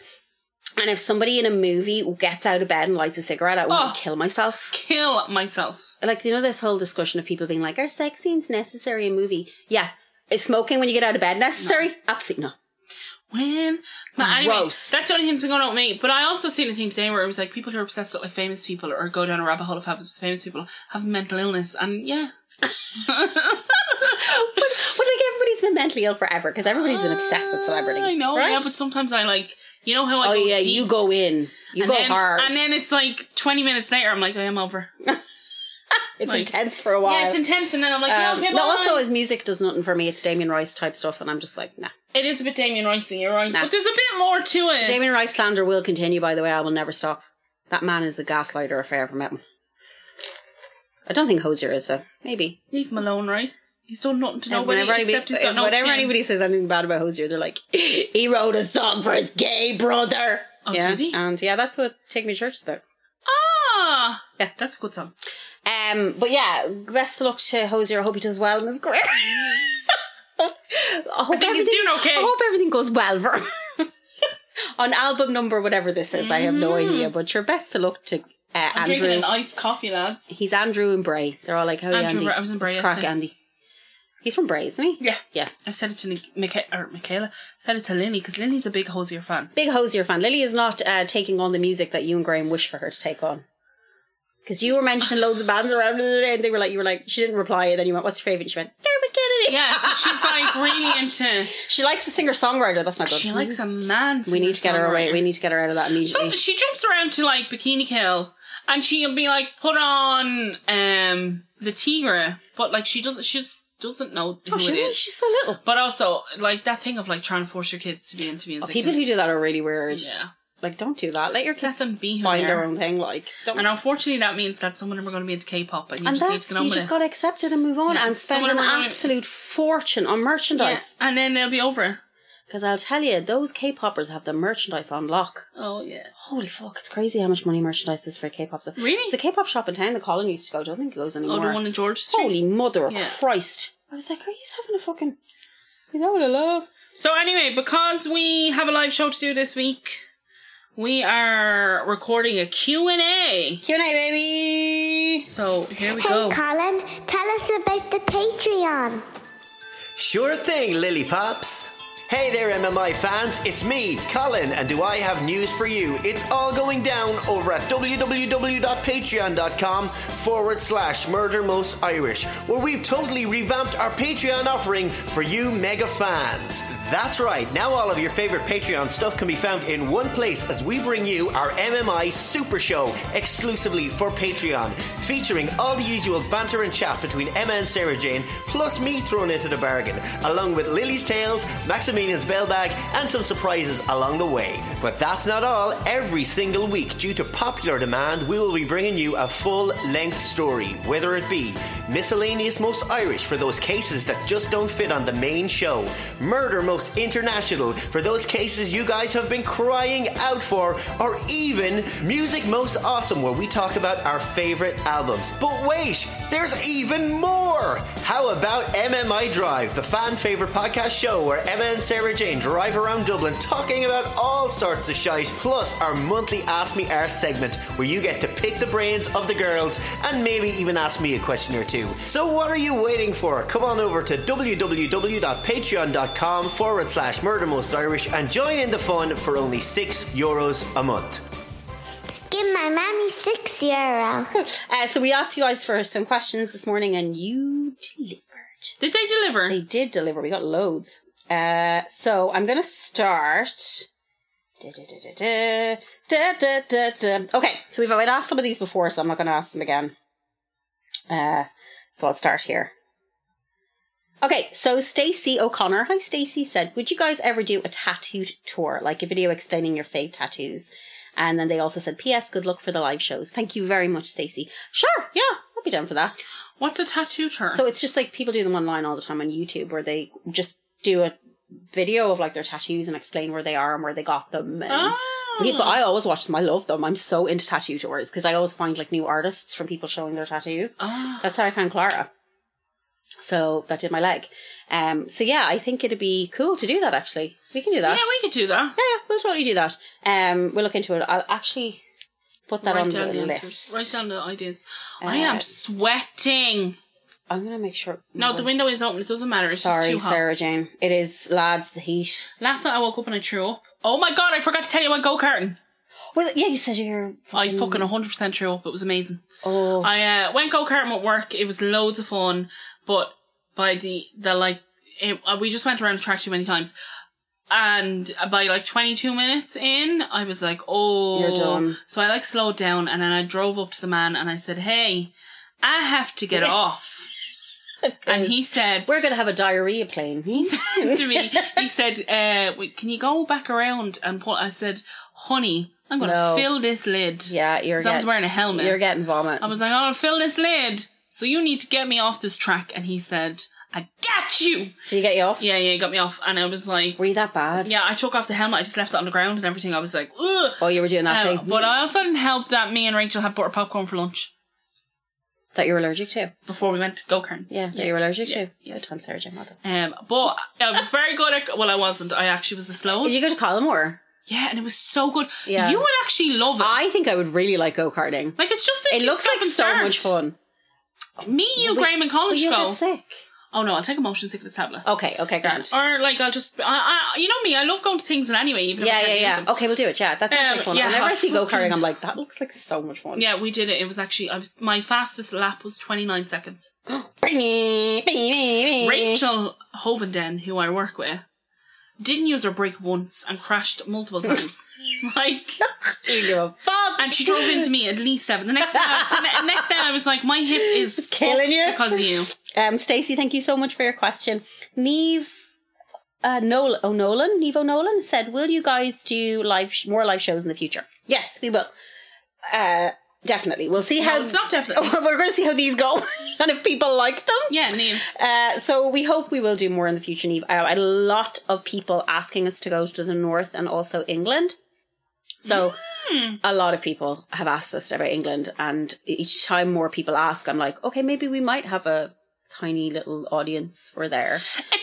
S2: and if somebody in a movie gets out of bed and lights a cigarette, I want
S3: Oh.
S2: to kill myself.
S3: kill myself
S2: Like you know this whole discussion of people being like, "Are sex scenes necessary in a movie?" Yes. Is smoking when you get out of bed necessary? Absolutely not.
S3: when but anyway,
S2: Gross.
S3: that's the only thing's been going on with me but i also seen a thing today where it was like people who are obsessed with like famous people or go down a rabbit hole of fam- famous people have mental illness and yeah
S2: But like everybody's been mentally ill forever because everybody's been obsessed with celebrity.
S3: i know
S2: right?
S3: yeah but sometimes i like you know how i
S2: oh
S3: go
S2: yeah,
S3: deep
S2: you go in, you
S3: and
S2: go
S3: then,
S2: hard,
S3: And then it's like 20 minutes later, I'm like, I am over.
S2: it's
S3: like-
S2: intense for a while.
S3: Yeah, it's intense. And then I'm like, yeah,
S2: Um,
S3: okay,
S2: no,
S3: bye.
S2: also his music does nothing for me. It's Damien Rice type stuff, and I'm just like, nah.
S3: it is a bit Damien Ricey, you're right.
S2: Nah.
S3: But there's a bit more to it.
S2: Damien Rice slander will continue. By the way, I will never stop. That man is a gaslighter if I ever met him. I don't think Hosier is though. Maybe.
S3: Leave him alone, right? He's done nothing to nobody
S2: whenever anybody,
S3: except he's got
S2: if
S3: no
S2: whenever
S3: chin.
S2: anybody says anything bad about Hosier, they're like, he wrote a song for his gay brother.
S3: Oh,
S2: yeah,
S3: did he?
S2: and yeah, that's what Take Me to Church is about.
S3: Ah! Yeah, that's a good song.
S2: Um, but yeah, best of luck to Hosier. I hope he does well in his career. I, hope
S3: I think he's
S2: everything-
S3: doing okay.
S2: I hope everything goes well for him. on album number whatever this is. I have no idea, but your best of luck to uh,
S3: Mm-hmm. I'm drinking
S2: Andrew.
S3: an iced coffee, lads.
S2: He's Andrew and Bray. They're all like, "Oh,
S3: Andrew
S2: Andy,
S3: Bray- I was in Bray
S2: It's crack
S3: yesterday.
S2: Andy." He's from Bray, isn't he?
S3: Yeah.
S2: Yeah.
S3: I said it to Nic- Micha- or Michaela. I said it to Lily because Lily's a big Hosier fan.
S2: Big Hosier fan. Lily is not uh, taking on the music that you and Graham wish for her to take on. Because you were mentioning loads of bands around, and they were like, you were like, she didn't reply, and then you went, "What's your favorite?" And she went, "Dermot Kennedy."
S3: Yeah, so she's like really into.
S2: She likes a singer songwriter. That's not good.
S3: She likes a man.
S2: We need to get her away.
S3: singer-songwriter.
S2: We need to get her out of that immediately.
S3: Some, she jumps around to like Bikini Kill, and she'll be like, "Put on um the Tigra," but like she doesn't. She just doesn't know who
S2: oh, she's,
S3: it is.
S2: she's so little.
S3: But also, like that thing of like trying to force your kids to be into music.
S2: Oh, People
S3: is-
S2: who do that are really weird.
S3: yeah,
S2: Like, don't do that. Let your
S3: let
S2: kids
S3: them be who
S2: find
S3: they
S2: their
S3: are.
S2: own thing. Like, don't.
S3: And unfortunately, that means that some of them are going to be into K-pop, and you
S2: And
S3: just need to
S2: that's
S3: get on
S2: you
S3: with
S2: just
S3: it.
S2: got to accept it and move on
S3: Yeah,
S2: and
S3: some
S2: spend
S3: of
S2: an
S3: them are going-
S2: absolute fortune on
S3: yeah.
S2: merchandise.
S3: And then they'll be over.
S2: Because I'll tell you, those K-poppers have the merchandise on lock.
S3: Oh yeah,
S2: Holy fuck, it's crazy how much money merchandise is for a K-pop stuff.
S3: Really?
S2: It's a K-pop shop in town. The Colin used to go. I don't think it goes
S3: oh
S2: anymore.
S3: the one in George Street.
S2: Holy mother of
S3: Yeah.
S2: Christ! I was like, are you having a fucking? You know what I love?
S3: So anyway, because we have a live show to do this week, we are recording a Q&A.
S2: Q and A, baby.
S3: So here we
S4: Hey,
S3: go.
S4: Colin, tell us about the Patreon.
S5: Sure thing, Lily Pops. Hey there, MMI fans. It's me, Colin, and do I have news for you? It's all going down over at www.patreon.com forward slash murder most Irish, where we've totally revamped our Patreon offering for you mega fans. That's right, now all of your favorite Patreon stuff can be found in one place as we bring you our MMI Super Show exclusively for Patreon, featuring all the usual banter and chat between Emma and Sarah Jane, plus me thrown into the bargain, along with Lily's Tales, Maximilian's Bell Bag, and some surprises along the way. But that's not all. Every single week, due to popular demand, we will be bringing you a full length story, whether it be miscellaneous most Irish for those cases that just don't fit on the main show, murder most Most International for those cases you guys have been crying out for, or even Music Most Awesome, where we talk about our favorite albums. But wait, there's even more! How about MMI Drive, the fan favorite podcast show where Emma and Sarah Jane drive around Dublin talking about all sorts of shite, plus our monthly Ask Me Our segment, where you get to pick the brains of the girls and maybe even ask me a question or two. So what are you waiting for? Come on over to www.patreon.com forward slash murder most Irish and join in the fun for only six euros a month.
S4: Give my mammy six euro.
S2: Uh, so we asked you guys for some questions this morning, and you delivered.
S3: Did they deliver?
S2: They did deliver. We got loads. Uh, so I'm gonna start. Da, da, da, da, da, da, da, da, da. Okay, so we've already asked some of these before, so I'm not gonna ask them again. Uh, so I'll start here. Okay, so Stacey O'Connor, hi Stacey, said, Would you guys ever do a tattooed tour, like a video explaining your fave tattoos? And then they also said, P.S. Good luck for the live shows. Thank you very much, Stacey. Sure, yeah, I'll be down for that.
S3: What's a tattoo term?
S2: So it's just like people do them online all the time on YouTube where they just do a video of like their tattoos and explain where they are and where they got them. And
S3: Ah.
S2: Yeah, but I always watch them. I love them. I'm so into tattoo tours because I always find like new artists from people showing their tattoos.
S3: Ah.
S2: That's how I found Clara. So that did my leg. Um, so yeah, I think it'd be cool to do that actually. We can do
S3: yeah,
S2: that.
S3: we could do that.
S2: yeah, yeah, we'll totally do that. Um, we'll look into it. I'll actually put that on the,
S3: answers.
S2: list.
S3: Write down the ideas. I am
S2: Uh,
S3: sweating.
S2: I'm gonna make sure.
S3: No, the window is open. It doesn't matter. It's
S2: Sorry,
S3: just too hot.
S2: Sarah Jane. It is, lads, the heat.
S3: Last night I woke up and I threw up. Oh my god! I forgot to tell you I went go karting.
S2: Well, yeah, you said you're.
S3: I fucking 100% threw up. It was amazing.
S2: Oh,
S3: I uh, went go karting at work. It was loads of fun, but by the the like, it, uh, we just went around the track too many times, and by like twenty two minutes in, I was like, oh,
S2: You're done.
S3: So I like slowed down, and then I drove up to the man and I said, hey, I have to get off, and he said,
S2: we're gonna have a diarrhea plane.
S3: to me, he said, uh, w- "Can you go back around and pull?" I said, "Honey, I'm gonna
S2: No.
S3: fill this lid."
S2: yeah, you're.
S3: 'Cause I was
S2: getting-
S3: wearing a helmet.
S2: You're getting vomit.
S3: I was like, "I'm gonna fill this lid, so you need to get me off this track." And he said, "I got you."
S2: Did you get you off?
S3: Yeah, yeah, he got me off, and I was like,
S2: Were you that bad?
S3: "Yeah." I took off the helmet. I just left it on the ground and everything. I was like, "Ugh."
S2: Oh, you were doing that
S3: Uh,
S2: thing
S3: but I also didn't help that me and Rachel had butter popcorn for lunch
S2: that you're allergic to.
S3: before we went to go kart.
S2: Yeah, that you're allergic to. Yeah, Tom Sarah Jane. Well done.
S3: Um, but I was very good at. Well, I wasn't. I actually was the slowest.
S2: Did you go to Collinmore?
S3: yeah, and it was so good.
S2: Yeah.
S3: You would actually love it.
S2: I think I would really like go karting.
S3: Like it's just
S2: It looks like so much fun.
S3: fun. Me, you,
S2: But-
S3: Graham, and
S2: But
S3: Colin should
S2: you'll
S3: go.
S2: get sick.
S3: Oh no, I'll take a motion sickness tablet.
S2: Okay, okay, grand.
S3: Or like I'll just, I, I, you know me, I love going to things in anyway. Even if I
S2: Yeah,
S3: can't
S2: yeah,
S3: do
S2: yeah.
S3: them.
S2: Okay, we'll do it. Yeah, that sounds
S3: Um,
S2: like fun.
S3: yeah,
S2: Whenever I see go
S3: fucking-
S2: karting, I'm like, that looks like so much fun.
S3: Yeah, we did it. It was actually I was my fastest lap was twenty nine seconds.
S2: Rachel.
S3: Rachel Hovenden, who I work with, didn't use her brake once and crashed multiple times. like, and she drove into me at least seven. The next day, I- the ne- next day I was like, my hip is
S2: Killing
S3: fucked
S2: you.
S3: because of you.
S2: Um, Stacey, thank you so much for your question. Neve uh, Nolan, O'Nolan, Neve O'Nolan said, "Will you guys do live sh- more live shows in the future?" Yes, we will. Uh, definitely. We'll see how
S3: No, it's not definitely.
S2: we're going to see how these go and if people like them.
S3: Yeah, Neve.
S2: Uh, so we hope we will do more in the future, Neve. Uh, a lot of people asking us to go to the north and also England. So
S3: Hmm.
S2: a lot of people have asked us about England, and each time more people ask, I'm like, okay, maybe we might have a tiny little audience for there,
S3: A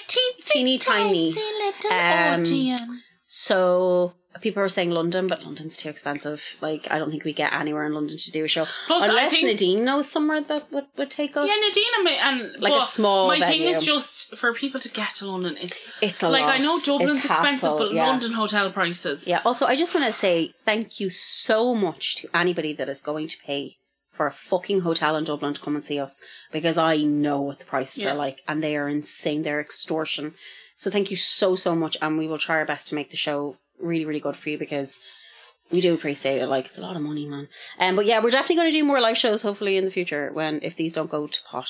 S2: teeny
S3: teeny,
S2: tiny.
S3: little
S2: Um,
S3: audience.
S2: So people are saying London, but London's too expensive. Like I don't think we get anywhere in London to do a show
S3: Plus, I
S2: unless
S3: think-
S2: Nadine knows somewhere that would, would take us.
S3: Yeah, Nadine and, my, and
S2: Like a
S3: but
S2: small
S3: My
S2: venue.
S3: thing is just for people to get to London. It's
S2: It's a
S3: like I
S2: lot.
S3: know
S2: It's
S3: Dublin's expensive,
S2: hassle,
S3: but
S2: yeah.
S3: London hotel prices.
S2: Yeah. Also, I just want to say thank you so much to anybody that is going to pay for a fucking hotel in Dublin to come and see us because I know what the prices
S3: Yeah.
S2: are like and they are insane. They're extortion. So thank you so so much, and we will try our best to make the show really really good for you because we do appreciate it. Like it's a lot of money, man. Um, but yeah, we're definitely going to do more live shows hopefully in the future when if these don't go to pot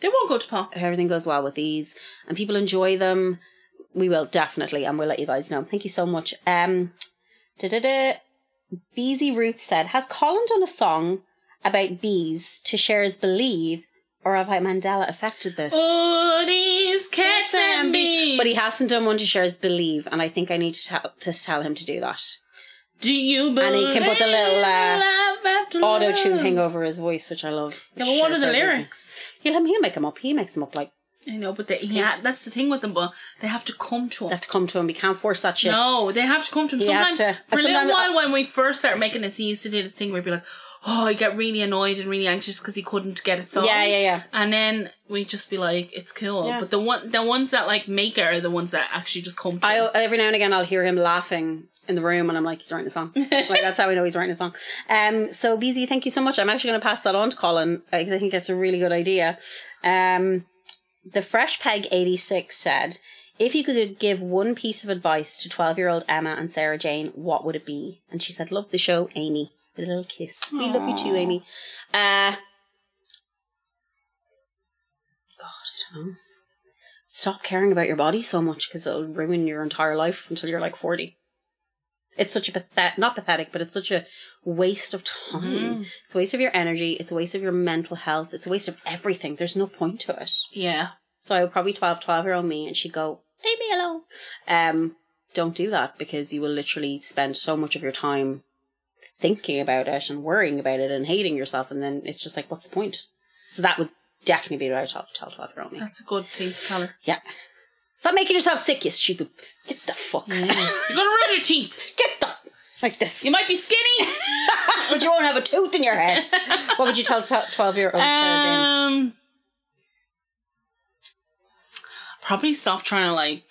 S3: They won't go to pop.
S2: if everything goes well with these and people enjoy them, we will definitely and we'll let you guys know. Thank you so much. Um da-da-da. Beezy Ruth said, Has Colin done a song about bees to share his belief or have I Mandela affected this?
S3: Oh, these cats and bees.
S2: But But he hasn't done one to share his believe, and I think I need to, tell to tell him to do that.
S3: Do you believe?
S2: And he can put the little, uh,
S3: life after
S2: Auto tune
S3: love?
S2: thing over his voice, which I love.
S3: Yeah,
S2: which
S3: but what are
S2: Cher
S3: the
S2: doesn't.
S3: lyrics?
S2: He'll, he'll make them up. He makes them up like
S3: I know, but they, yeah, that's the thing with them. But they have to come to him.
S2: that to come to him. We can't force that shit.
S3: No, they have to come to him.
S2: He has
S3: Sometimes,
S2: to.
S3: for a little
S2: Sometimes-
S3: while, when we first started making this, he used to do this thing where he'd be like, "Oh, I get really annoyed and really anxious because he couldn't get a song."
S2: Yeah, yeah, yeah.
S3: And then we just be like, "It's cool,"
S2: Yeah.
S3: but the one, the ones that like make it are the ones that actually just come to.
S2: I
S3: him.
S2: every now and again I'll hear him laughing in the room, and I'm like, he's writing a song. like that's how I know he's writing a song. Um, so BZ, thank you so much. I'm actually going to pass that on to Colin uh, 'cause I think that's a really good idea. Um, the Fresh Peg 86 said, "If you could give one piece of advice to 12 year old Emma and Sarah Jane, what would it be?" And she said, "Love the show, Amy." With a little kiss. We love you too, Amy. Uh, stop caring about your body so much because it'll ruin your entire life until you're like 40. It's such a pathetic, not pathetic, but it's such a waste of time. It's a waste of your energy. It's a waste of your mental health. It's a waste of everything. There's no point to it.
S3: yeah,
S2: So I would probably 12, 12 year old me and she'd go, leave me alone. Um, don't do that because you will literally spend so much of your time thinking about it and worrying about it and hating yourself. And then it's just like, what's the point? So that would definitely be what I would tell 12 year old me.
S3: that's a good thing to tell her.
S2: Yeah. Stop making yourself sick, you stupid. Get the fuck.
S3: You're gonna ruin your teeth.
S2: Get the. Like this.
S3: You might be skinny.
S2: But you won't have a tooth in your head. what would you tell 12 year old Sarah Jane?
S3: Um, probably stop trying to like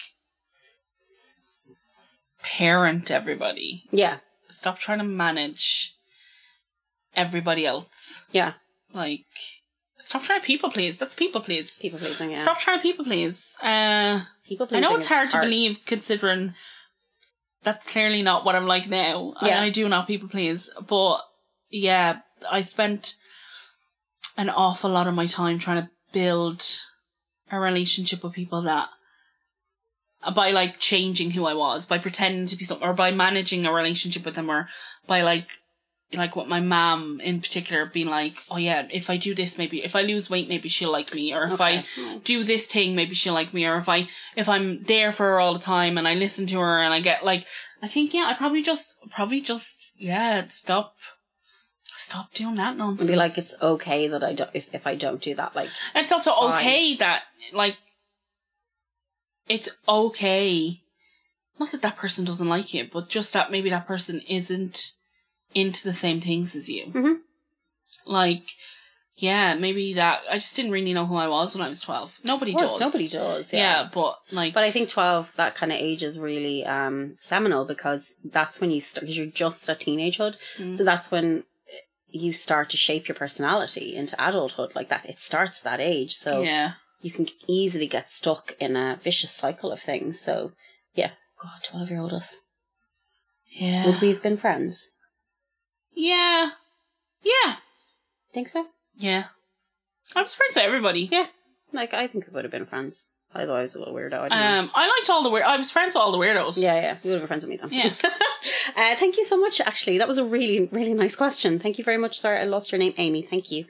S3: parent everybody.
S2: Yeah.
S3: Stop trying to manage everybody else.
S2: Yeah.
S3: Like, stop trying to people please. That's people please.
S2: People pleasing, yeah.
S3: Stop trying to people please. Uh,
S2: People
S3: I
S2: pleasing.
S3: know it's
S2: is
S3: hard to believe considering that's clearly not what I'm like now. And
S2: Yeah.
S3: I do not people please. But yeah, I spent an awful lot of my time trying to build a relationship with people that by like changing who I was, by pretending to be something or by managing a relationship with them or by like like what my mom in particular being like, Oh yeah, if I do this maybe if I lose weight maybe she'll like me or if I
S2: Okay. Mm.
S3: do this thing maybe she'll like me or if i if i'm there for her all the time and i listen to her and i get like i think yeah i probably just probably just yeah stop stop doing that nonsense
S2: And be like, it's okay that I don't, if, if I don't do that. Like,
S3: it's also
S2: fine.
S3: okay that like it's okay not that that person doesn't like you but just that maybe that person isn't into the same things as you
S2: Mhm.
S3: like yeah maybe that i just didn't really know who i was when i was 12 nobody
S2: of course,
S3: does
S2: nobody does.
S3: yeah. but like
S2: But I think 12, that kind of age is really um, seminal because that's when you start, because you're just at teenagehood.
S3: Mm.
S2: So that's when eh, you start to shape your personality into adulthood. Like that, it starts at that age. So
S3: yeah
S2: you can easily get stuck in a vicious cycle of things. So yeah, God, 12 year old us.
S3: yeah
S2: Would we have been friends?
S3: yeah yeah
S2: Think so?
S3: yeah i was friends with everybody
S2: Yeah. Like, I think we would have been friends. Although I was a little weirdo. I don't know.
S3: um i liked all the weird i was friends with all the weirdos
S2: Yeah, yeah. You would have been friends with me then.
S3: Yeah.
S2: uh, thank you so much, actually. That was a really, really nice question. Thank you very much. Sorry, I lost your name, Amy. Thank you.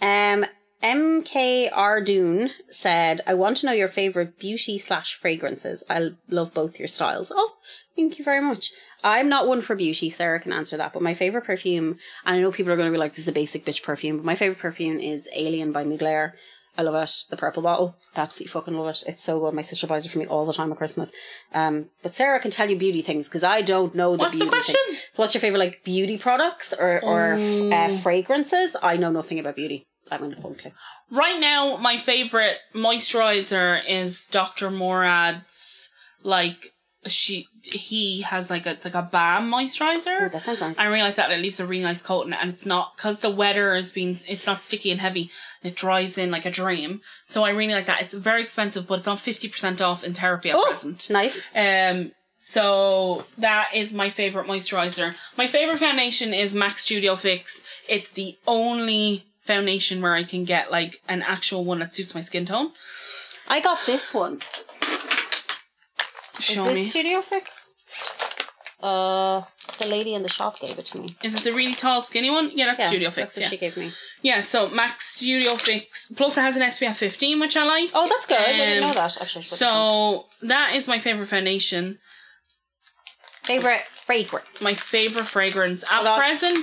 S2: Um, MK Ardoon said, I want to know your favorite beauty slash fragrances. I love both your styles. Oh, thank you very much. I'm not one for beauty. Sarah can answer that. But my favorite perfume, and I know people are going to be like, this is a basic bitch perfume, but my favorite perfume is Alien by Mugler. I love it. The purple bottle. I absolutely fucking love it. It's so good. My sister buys it for me all the time at Christmas. Um, but Sarah can tell you beauty things because I don't know the
S3: What's the
S2: beauty
S3: question?
S2: things. So what's your favorite like beauty products or, or f-
S3: Mm.
S2: uh, fragrances? I know nothing about beauty. I'm going to phone clue.
S3: Right now, my favorite moisturizer is Dr. Morad's. Like she, he has like a, it's like a balm
S2: Oh,
S3: moisturizer.
S2: that sounds nice.
S3: I really like that. It leaves a really nice coat, in it, and it's not because the weather has been. It's not sticky and heavy. It dries in like a dream. So I really like that. It's very expensive, but it's on fifty percent off in therapy at present.
S2: Oh, nice.
S3: Um, so that is my favorite moisturizer. My favorite foundation is Mac Studio Fix. It's the only foundation where I can get like an actual one that suits my skin tone.
S2: I got this one.
S3: Show
S2: is
S3: me.
S2: this Studio Fix? Uh, the lady in the shop gave it to me.
S3: Is it the really tall, skinny one? Yeah, that's
S2: Yeah,
S3: Studio Fix.
S2: That's what
S3: yeah.
S2: she gave me.
S3: yeah, so Max Studio Fix. Plus, it has an SPF 15, which I like.
S2: Oh, that's good. I didn't
S3: Um,
S2: know that. Actually, I should've known.
S3: So that is my favorite foundation.
S2: favorite fragrance.
S3: My favorite fragrance at
S2: on.
S3: present.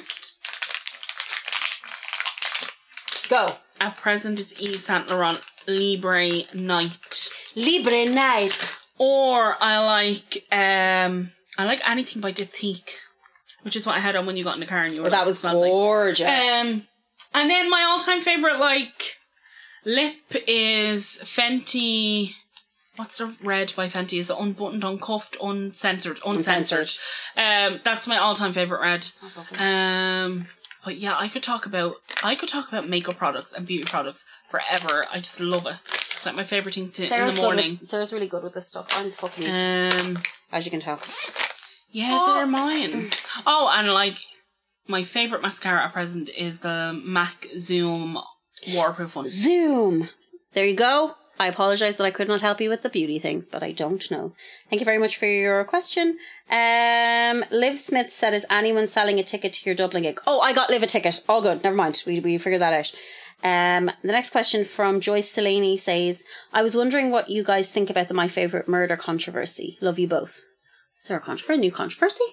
S2: go
S3: At present, it's Yves Saint Laurent Libre Night.
S2: Libre Night.
S3: Or I like um I like anything by Diptyque, which is what I had on when you got in the car and you were.
S2: Oh, that
S3: like,
S2: was
S3: smells like-
S2: gorgeous.
S3: Um, and then my all-time favorite like lip is Fenty. What's the red by Fenty? Is it unbuttoned, uncuffed, uncensored, uncensored?
S2: Uncensored.
S3: Um, that's my all-time favorite red. Um, but yeah, I could talk about I could talk about makeup products and beauty products forever. I just love it. It's like my favorite thing to in the morning.
S2: Good with, Sarah's really good with this stuff. I'm fucking useless,
S3: Um,
S2: as you can tell.
S3: yeah, they're mine. Oh, and like my favorite mascara at present is the Mac Zoom waterproof one.
S2: Zoom. There you go. I apologize that I could not help you with the beauty things, but I don't know. Thank you very much for your question. Um, Liv Smith said, "Is anyone selling a ticket to your Dublin gig?" Oh, I got Liv a ticket. All good. Never mind. We we figured that out. Um, the next question from Joyce Delaney says, "I was wondering what you guys think about the my favorite murder controversy. Love you both. Is there a controversy? New controversy?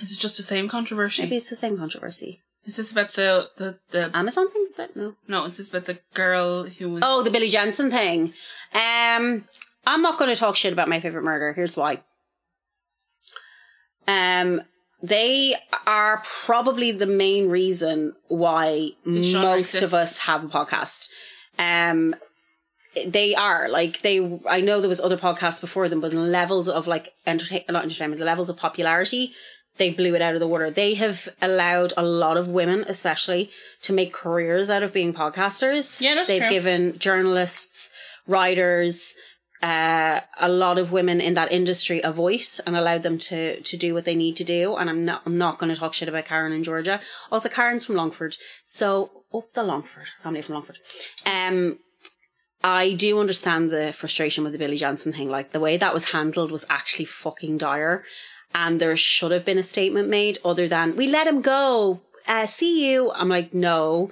S3: Is it just the same controversy?
S2: Maybe it's the same controversy.
S3: Is this about the the the
S2: Amazon thing? Is it no?"
S3: no? Is this about the girl who was?
S2: Oh, the Billy Jensen thing. Um, I'm not going to talk shit about my favorite murder. Here's why. Um, they are probably the main reason why
S3: This genre
S2: most of
S3: exists.
S2: us have a podcast. Um, they are like they. I know there was other podcasts before them, but the levels of like entertain not entertainment, the levels of popularity, they blew it out of the water. They have allowed a lot of women, especially, to make careers out of being podcasters.
S3: Yeah, that's
S2: they've
S3: true.
S2: given journalists, writers, uh, a lot of women in that industry a voice and allowed them to to do what they need to do. And I'm not I'm not going to talk shit about Karen and Georgia. Also, Karen's from Longford, so up the Longford family from Longford. Um, I do understand the frustration with the Billy Johnson thing. Like the way that was handled was actually fucking dire. And there should have been a statement made other than, we let him go. Uh, see you. I'm like, no.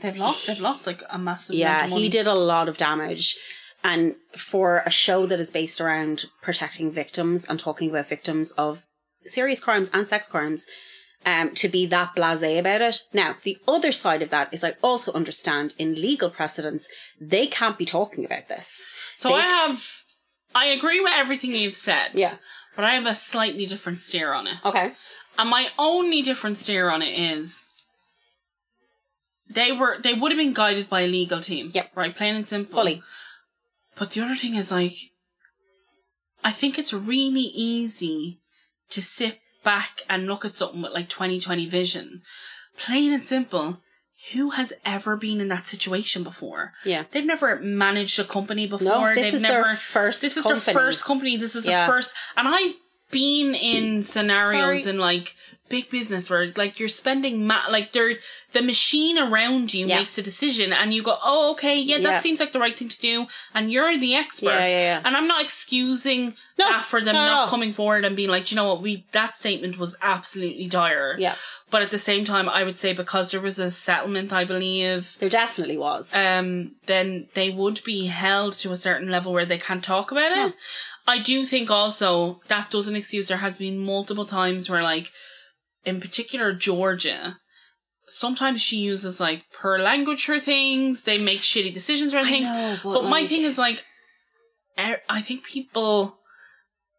S3: they've lost. They've lost like a massive. amount
S2: Yeah,
S3: of money.
S2: he did a lot of damage. And for a show that is based around protecting victims and talking about victims of serious crimes and sex crimes, um, to be that blasé about it. Now, the other side of that is I also understand in legal precedents, they can't be talking about this.
S3: So I have. I agree with everything you've said.
S2: Yeah.
S3: But I have a slightly different steer on it.
S2: Okay.
S3: And my only different steer on it is they were they would have been guided by a legal team.
S2: Yep.
S3: Right, plain and simple.
S2: Fully.
S3: But the other thing is like I think it's really easy to sit back and look at something with like 2020 vision. Plain and simple, who has ever been in that situation before?
S2: Yeah.
S3: They've never managed a company before.
S2: this
S3: They've
S2: is their
S3: never
S2: first
S3: This is their
S2: company.
S3: first company. This is
S2: Yeah.
S3: the first and I've been in scenarios
S2: Sorry.
S3: in like big business where like you're spending ma- like there the machine around you
S2: Yeah.
S3: makes a decision and you go oh okay yeah that
S2: Yeah.
S3: seems like the right thing to do and you're the expert
S2: Yeah, yeah, yeah.
S3: and i'm not excusing
S2: No,
S3: that for them
S2: not at
S3: not
S2: all.
S3: coming forward and being like you know what we that statement was absolutely dire
S2: Yeah.
S3: but at the same time i would say because there was a settlement i believe
S2: There definitely was.
S3: um, then they would be held to a certain level where they can't talk about it. I do think also that doesn't excuse there has been multiple times where like in particular Georgia sometimes she uses like per language for things, they make shitty decisions for things.
S2: know,
S3: but
S2: but,
S3: my
S2: like-
S3: thing is like er- I think people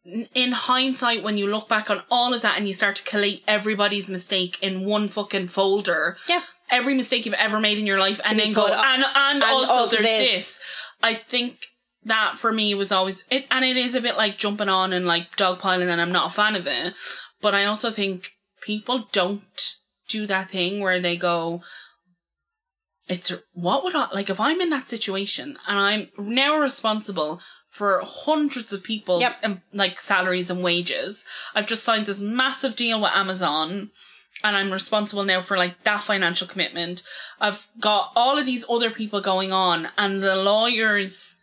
S3: n- in hindsight when you look back on all of that and you start to collate everybody's mistake in one fucking folder
S2: yeah.
S3: every mistake you've ever made in your life and
S2: be
S3: then go
S2: put
S3: and,
S2: up-
S3: and, also,
S2: also
S3: there's this.
S2: this."
S3: I think that for me was always it and it is a bit like jumping on and like dogpiling and I'm not a fan of it. But I also think people don't do that thing where they go it's what would I like if I'm in that situation and I'm now responsible for hundreds of people's
S2: Yep.
S3: um, like salaries and wages. I've just signed this massive deal with Amazon and I'm responsible now for like that financial commitment. I've got all of these other people going on and the lawyers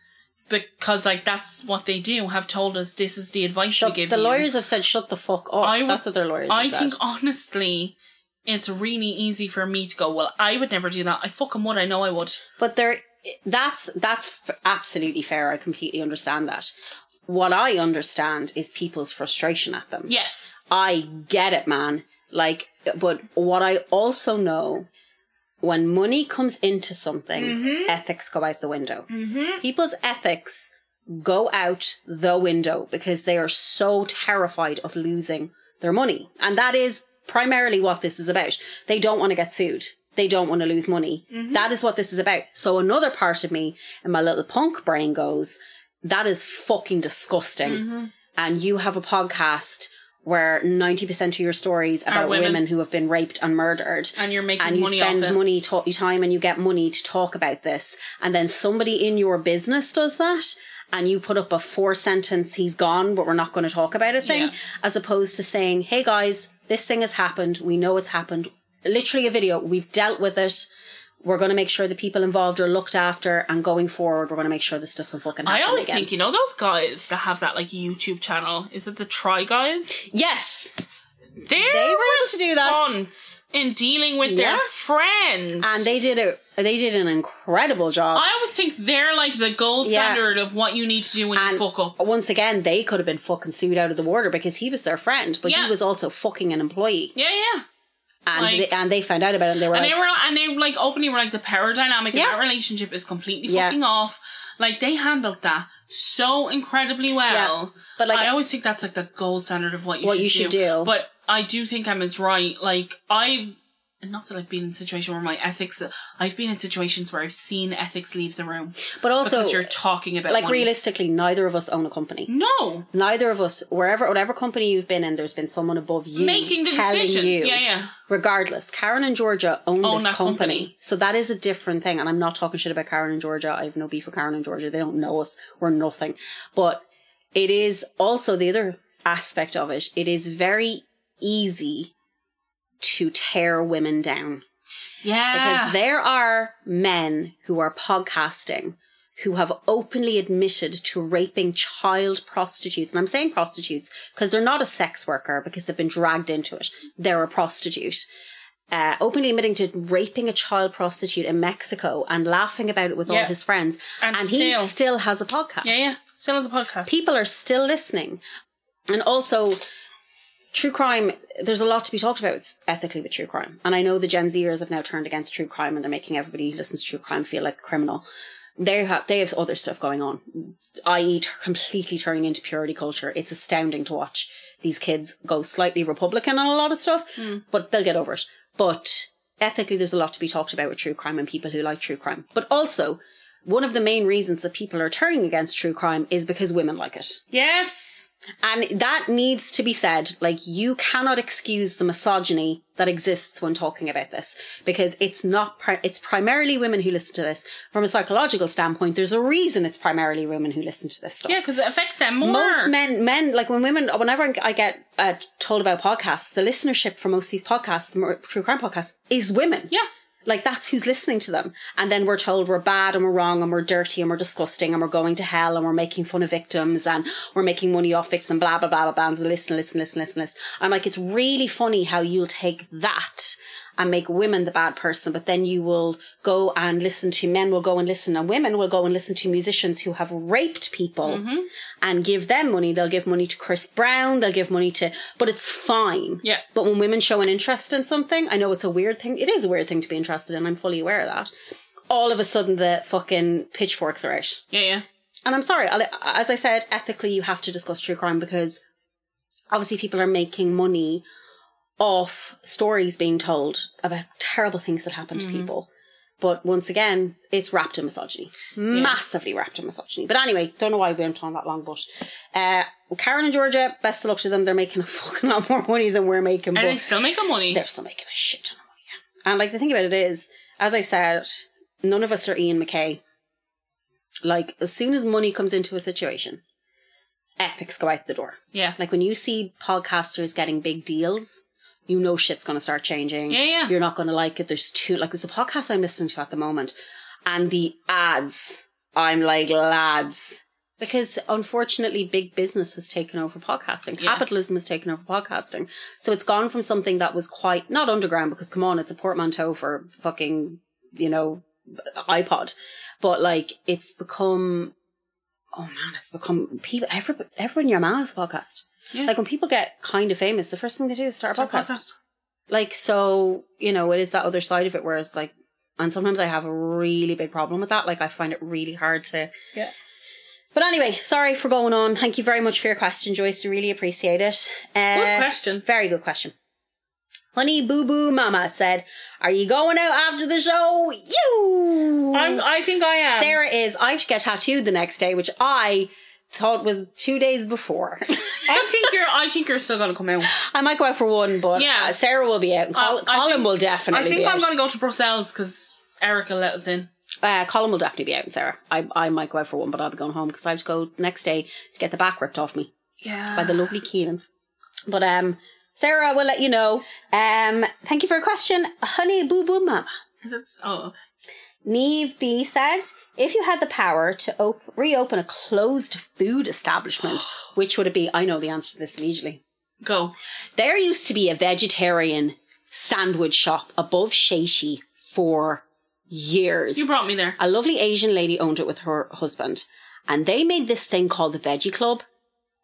S3: because like that's what they do have told us this is the advice
S2: Shut-
S3: we give
S2: the
S3: you.
S2: lawyers have said shut the fuck up.
S3: I would-
S2: That's what their lawyers
S3: I
S2: have
S3: think
S2: said.
S3: honestly, it's really easy for me to go. Well, I would never do that. I fucking would. I know I would.
S2: But there, that's that's f- absolutely fair. I completely understand that. What I understand is people's frustration at them.
S3: Yes.
S2: I get it, man. Like, but what I also know when money comes into something, ethics go out the window. People's ethics go out the window because they are so terrified of losing their money. And that is primarily what this is about. They don't want to get sued. They don't want to lose money. That is what this is about. So another part of me and my little punk brain goes, that is fucking disgusting. And you have a podcast where 90% of your stories about
S3: women.
S2: women. who have been raped and murdered
S3: And you're making
S2: and you
S3: money off
S2: spend
S3: it.
S2: money ta- time and you get money to talk about this and then somebody in your business does that and you put up a four sentence he's gone but we're not going to talk about it thing
S3: Yeah.
S2: as opposed to saying hey guys this thing has happened we know it's happened literally a video we've dealt with it we're going to make sure the people involved are looked after and going forward we're going to make sure this doesn't fucking happen
S3: I always
S2: again.
S3: think you know those guys that have that like YouTube channel. Is it the Try Guys?
S2: yes
S3: Their
S2: They were able to do that.
S3: response in dealing with their
S2: Yeah.
S3: friends,
S2: and they did a they did an incredible job
S3: I always think they're like the gold
S2: Yeah.
S3: standard of what you need to do when you
S2: And
S3: fuck up.
S2: Once again, they could have been fucking sued out of the water because he was their friend, but
S3: Yeah.
S2: he was also fucking an employee,
S3: Yeah, yeah.
S2: and
S3: like-
S2: they, and they found out about it. and They were
S3: And
S2: like,
S3: they were and they like openly were like the power dynamic in
S2: Yeah.
S3: that relationship is completely
S2: Yeah.
S3: fucking off. Like they handled that so incredibly well.
S2: but like,
S3: I always think that's like the gold standard of what you
S2: What
S3: should
S2: you should do.
S3: But I do think Emma's right. Like I've not that I've been in a situation where my ethics I've been in situations where I've seen ethics leave the room.
S2: but also
S3: because you're talking about
S2: like
S3: money.
S2: realistically, neither of us own a
S3: Mm.
S2: company.
S3: No.
S2: Neither of us, wherever whatever company you've been in, there's been someone above you
S3: Making the
S2: telling
S3: decision.
S2: you.
S3: Yeah, yeah.
S2: Regardless, Karen and Georgia own,
S3: Own that
S2: this company.
S3: company.
S2: so that is a different thing. And I'm not talking shit about Karen and Georgia. I have no beef with Karen and Georgia. They don't know us. We're nothing. But it is also the other aspect of it. It is very easy to tear women down
S3: Yeah.
S2: because there are men who are podcasting who have openly admitted to raping child prostitutes. And I'm saying prostitutes because they're not a sex worker because they've been dragged into it. They're a prostitute. Uh, openly admitting to raping a child prostitute in Mexico and laughing about it with
S3: Yeah.
S2: all his friends.
S3: And
S2: And, he
S3: still-
S2: still has a podcast
S3: yeah, yeah. Still has a podcast.
S2: people are still listening. And also, true crime, there's a lot to be talked about ethically with true crime. And I know the Gen Zers have now turned against true crime and they're making everybody who listens to true crime feel like a criminal. They have, they have other stuff going on, i.e., t- completely turning into purity culture. It's astounding to watch these kids go slightly Republican on a lot of stuff, but they'll get over it. But ethically, there's a lot to be talked about with true crime and people who like true crime. But also, one of the main reasons that people are turning against true crime is because women like it.
S3: yes.
S2: And that needs to be said. Like, you cannot excuse the misogyny that exists when talking about this because it's not, pri- it's primarily women who listen to this. From a psychological standpoint, there's a reason it's primarily women who listen to this stuff.
S3: Yeah, because it affects them more.
S2: Most men, men like when women, whenever I get uh, told about podcasts, the listenership for most of these podcasts, more- true crime podcasts, is women.
S3: Yeah.
S2: Like that's who's listening to them. And then we're told we're bad and we're wrong and we're dirty and we're disgusting and we're going to hell and we're making fun of victims and we're making money off victims and blah, blah, blah, blah, blah. And listen, listen, listen, listen, listen. I'm like, it's really funny how you'll take that and make women the bad person, but then you will go and listen to men will go and listen and women will go and listen to musicians who have raped people and give them money. They'll give money to Chris Brown. They'll give money to, but it's fine.
S3: Yeah.
S2: But when women show an interest in something, I know it's a weird thing. It is a weird thing to be interested in. I'm fully aware of that. All of a sudden, the fucking pitchforks are out.
S3: Yeah, yeah.
S2: And I'm sorry, I'll- as I said, ethically, you have to discuss true crime because obviously people are making money off stories being told about terrible things that happen to people. But once again, it's wrapped in misogyny, massively wrapped in misogyny. But anyway, don't know why we went on that long, but uh, Karen and Georgia, best of luck to them. They're making a fucking lot more money than we're making.
S3: And
S2: but-
S3: they still making money.
S2: they're still making a shit ton of money. yeah. And like the thing about it is, as I said, none of us are Ian McKay. Like as soon as money comes into a situation, ethics go out the door.
S3: Yeah.
S2: Like when you see podcasters getting big deals, you know shit's going to start changing.
S3: Yeah, yeah.
S2: You're not going to like it. There's two. Like there's a podcast I'm listening to at the moment, and the ads I'm like, lads. Because unfortunately, big business has taken over podcasting. Capitalism has taken over podcasting. So it's gone from something that was quite, not underground, because come on, it's a portmanteau for fucking, you know, iPod. But like, it's become, oh man, it's become people, everyone, everyone your man has a podcast.
S3: Yeah.
S2: Like when people get kind of famous, the first thing they do is start
S3: It's our
S2: a podcast. Like, so, you know, it is that other side of it where it's like, and sometimes I have a really big problem with that. Like, I find it really hard to.
S3: Yeah.
S2: But anyway, sorry for going on. Thank you very much for your question, Joyce. I really appreciate it. Uh,
S3: Good question.
S2: Very good question. Honey Boo Boo Mama said, Are you going out after the show? You!
S3: I'm, I think I am.
S2: Sarah is, I have to get tattooed the next day, which I thought was two days before.
S3: I think you're. I think you're still gonna come out.
S2: I might go out for one, but
S3: Yeah.
S2: yeah. Sarah will be out. and Col-
S3: Um, I
S2: Colin
S3: think-
S2: will
S3: I
S2: definitely
S3: think
S2: be out.
S3: I'm gonna go to Brussels because Eric will let us in.
S2: Uh, Colin will definitely be out, Sarah. I, I might go out for one, but I'll be going home because I have to go next day to get the back ripped off me
S3: Yeah.
S2: by the lovely Keenan. But um, Sarah will let you know. Um, thank you for your question, honey boo boo mama.
S3: That's, oh,
S2: Neve B said, if you had the power to op- reopen a closed food establishment, which would it be? I know the answer to this immediately.
S3: go.
S2: There used to be a vegetarian sandwich shop above Sheishi for years.
S3: You brought me there.
S2: A lovely Asian lady owned it with her husband, and they made this thing called the Veggie Club,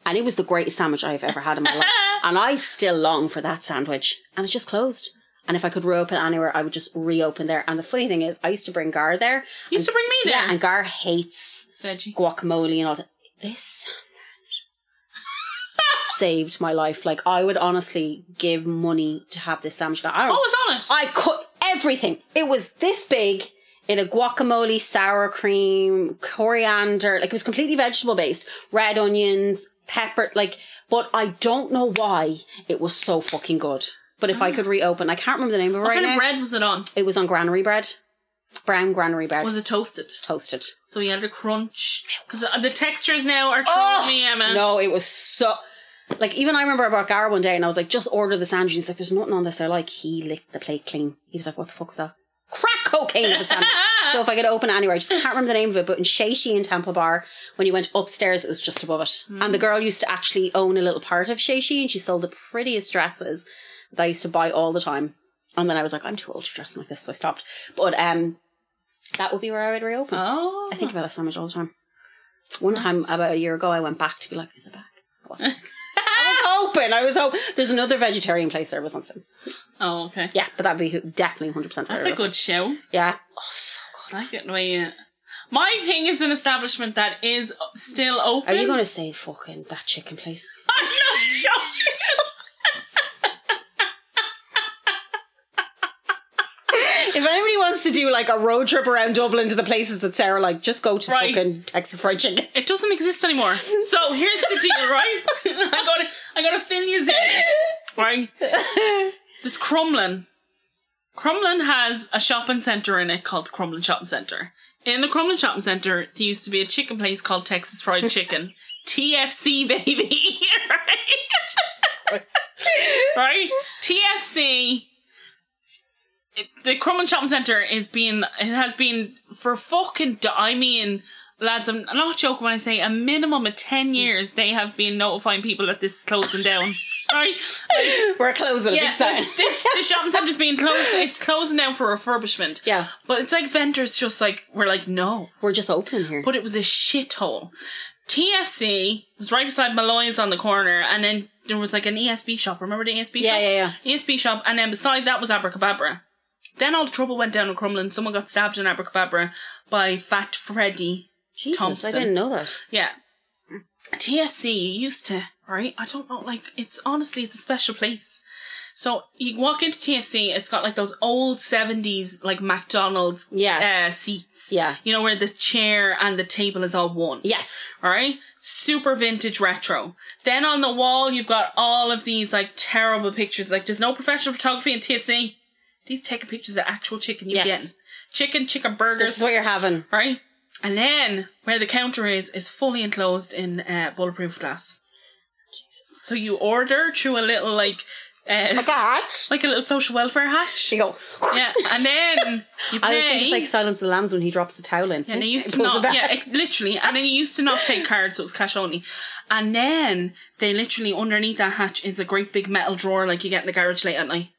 S2: and it was the greatest sandwich I've ever had in my life. And I still long for that sandwich, and it's just closed. And if I could reopen anywhere, I would just reopen there. And the funny thing is, I used to bring Gar there.
S3: You used to bring me there.
S2: Yeah, and Gar hates
S3: Veggie.
S2: guacamole and all that. This sandwich saved my life. Like I would honestly give money to have this sandwich. I don't
S3: What was Oh, on it?
S2: I cut everything. It was this big in a guacamole, sour cream, coriander. Like it was completely vegetable based. Red onions, pepper. Like, but I don't know why it was so fucking good. But if I could reopen, I can't remember the name of it
S3: Oh. what
S2: right
S3: kind
S2: now.
S3: of bread was it on?
S2: It was on granary bread, brown granary bread,
S3: Was it toasted?
S2: toasted.
S3: So you had a crunch. Because the textures now are throwing
S2: Oh,
S3: me, Emma.
S2: No, it was so. Like even I remember I brought Gar one day and I was like, just order the sandwich. He's like, there's nothing on this. I like. He licked the plate clean. He was like, what the fuck is that? Crack cocaine with a sandwich. so if I could open it anywhere, I just can't remember the name of it. But in Sheishi in Temple Bar, when you went upstairs, it was just above it. And the girl used to actually own a little part of Sheishi, and she sold the prettiest dresses that I used to buy all the time. And then I was like, I'm too old to dress like this, so I stopped. But um, that would be where I would reopen.
S3: Oh.
S2: I think about that sandwich all the time. One time about a year ago, I went back to be like, "Is it back?" It wasn't. I was open. I was open. There's another vegetarian place there. Was on some.
S3: oh, okay.
S2: Yeah, but that'd be who- definitely 100. percent
S3: That's a good show.
S2: Yeah.
S3: I like it. My, uh, my thing is an establishment that is still open.
S2: Are you going to say fucking that chicken place?
S3: I'm not joking.
S2: If anybody wants to do like a road trip around Dublin to the places that Sarah like, just go to
S3: Right.
S2: fucking Texas Fried Chicken.
S3: It doesn't exist anymore. So here's the deal, right? I'm gonna I'm gonna fill you in. Right? There's Crumlin. Crumlin has a shopping centre in it called Crumlin Shopping Centre. In the Crumlin Shopping Centre, there used to be a chicken place called Texas Fried Chicken. TFC baby. right? right? TFC it- the Crumlin Shopping Centre is being it has been for fucking d- I mean lads I'm not joking when I say a minimum of 10 years they have been notifying people that this is closing down right
S2: We're closing.
S3: yeah
S2: Yeah. Big
S3: this, this, the shopping centre's being closed it's closing down for refurbishment
S2: yeah.
S3: but it's like vendors just like we're like no
S2: We're just open here.
S3: but it was a shithole. TFC was right beside Malloy's on the corner, and then there was like an ESB shop. Remember the E ESB
S2: Yeah,
S3: shop?
S2: yeah,
S3: ESB shop, and then beside that was Abracababra. Then all the trouble went down in Crumlin. Someone got stabbed in Abracababra by Fat Freddy.
S2: Jesus,
S3: Thompson.
S2: I didn't know that.
S3: Yeah. TFC, you used to, right? I don't know, like, it's honestly, it's a special place. So you walk into TFC, it's got like those old 70s, like McDonald's
S2: Yes.
S3: uh, seats.
S2: Yeah.
S3: You know, where the chair and the table is all one.
S2: Yes.
S3: All right, super vintage retro. Then on the wall, you've got all of these like terrible pictures. Like, there's no professional photography in TFC. These taking pictures of actual chicken you
S2: Yes.
S3: get, chicken, chicken
S2: This
S3: burgers,
S2: is what you're having.
S3: right? And then where the counter is is fully enclosed in uh, bulletproof glass. So you order through a little like uh,
S2: Like a hatch.
S3: like a little social welfare hatch.
S2: You Oh, go.
S3: Yeah, and then you
S2: I always
S3: pay.
S2: think it's like Silence of the Lambs when he drops the towel in.
S3: and they used to
S2: Pulls it
S3: not,
S2: back.
S3: yeah, ex- literally. And then you used to not take cards, so it was cash only. And then they literally underneath that hatch is a great big metal drawer, like you get in the garage late at night.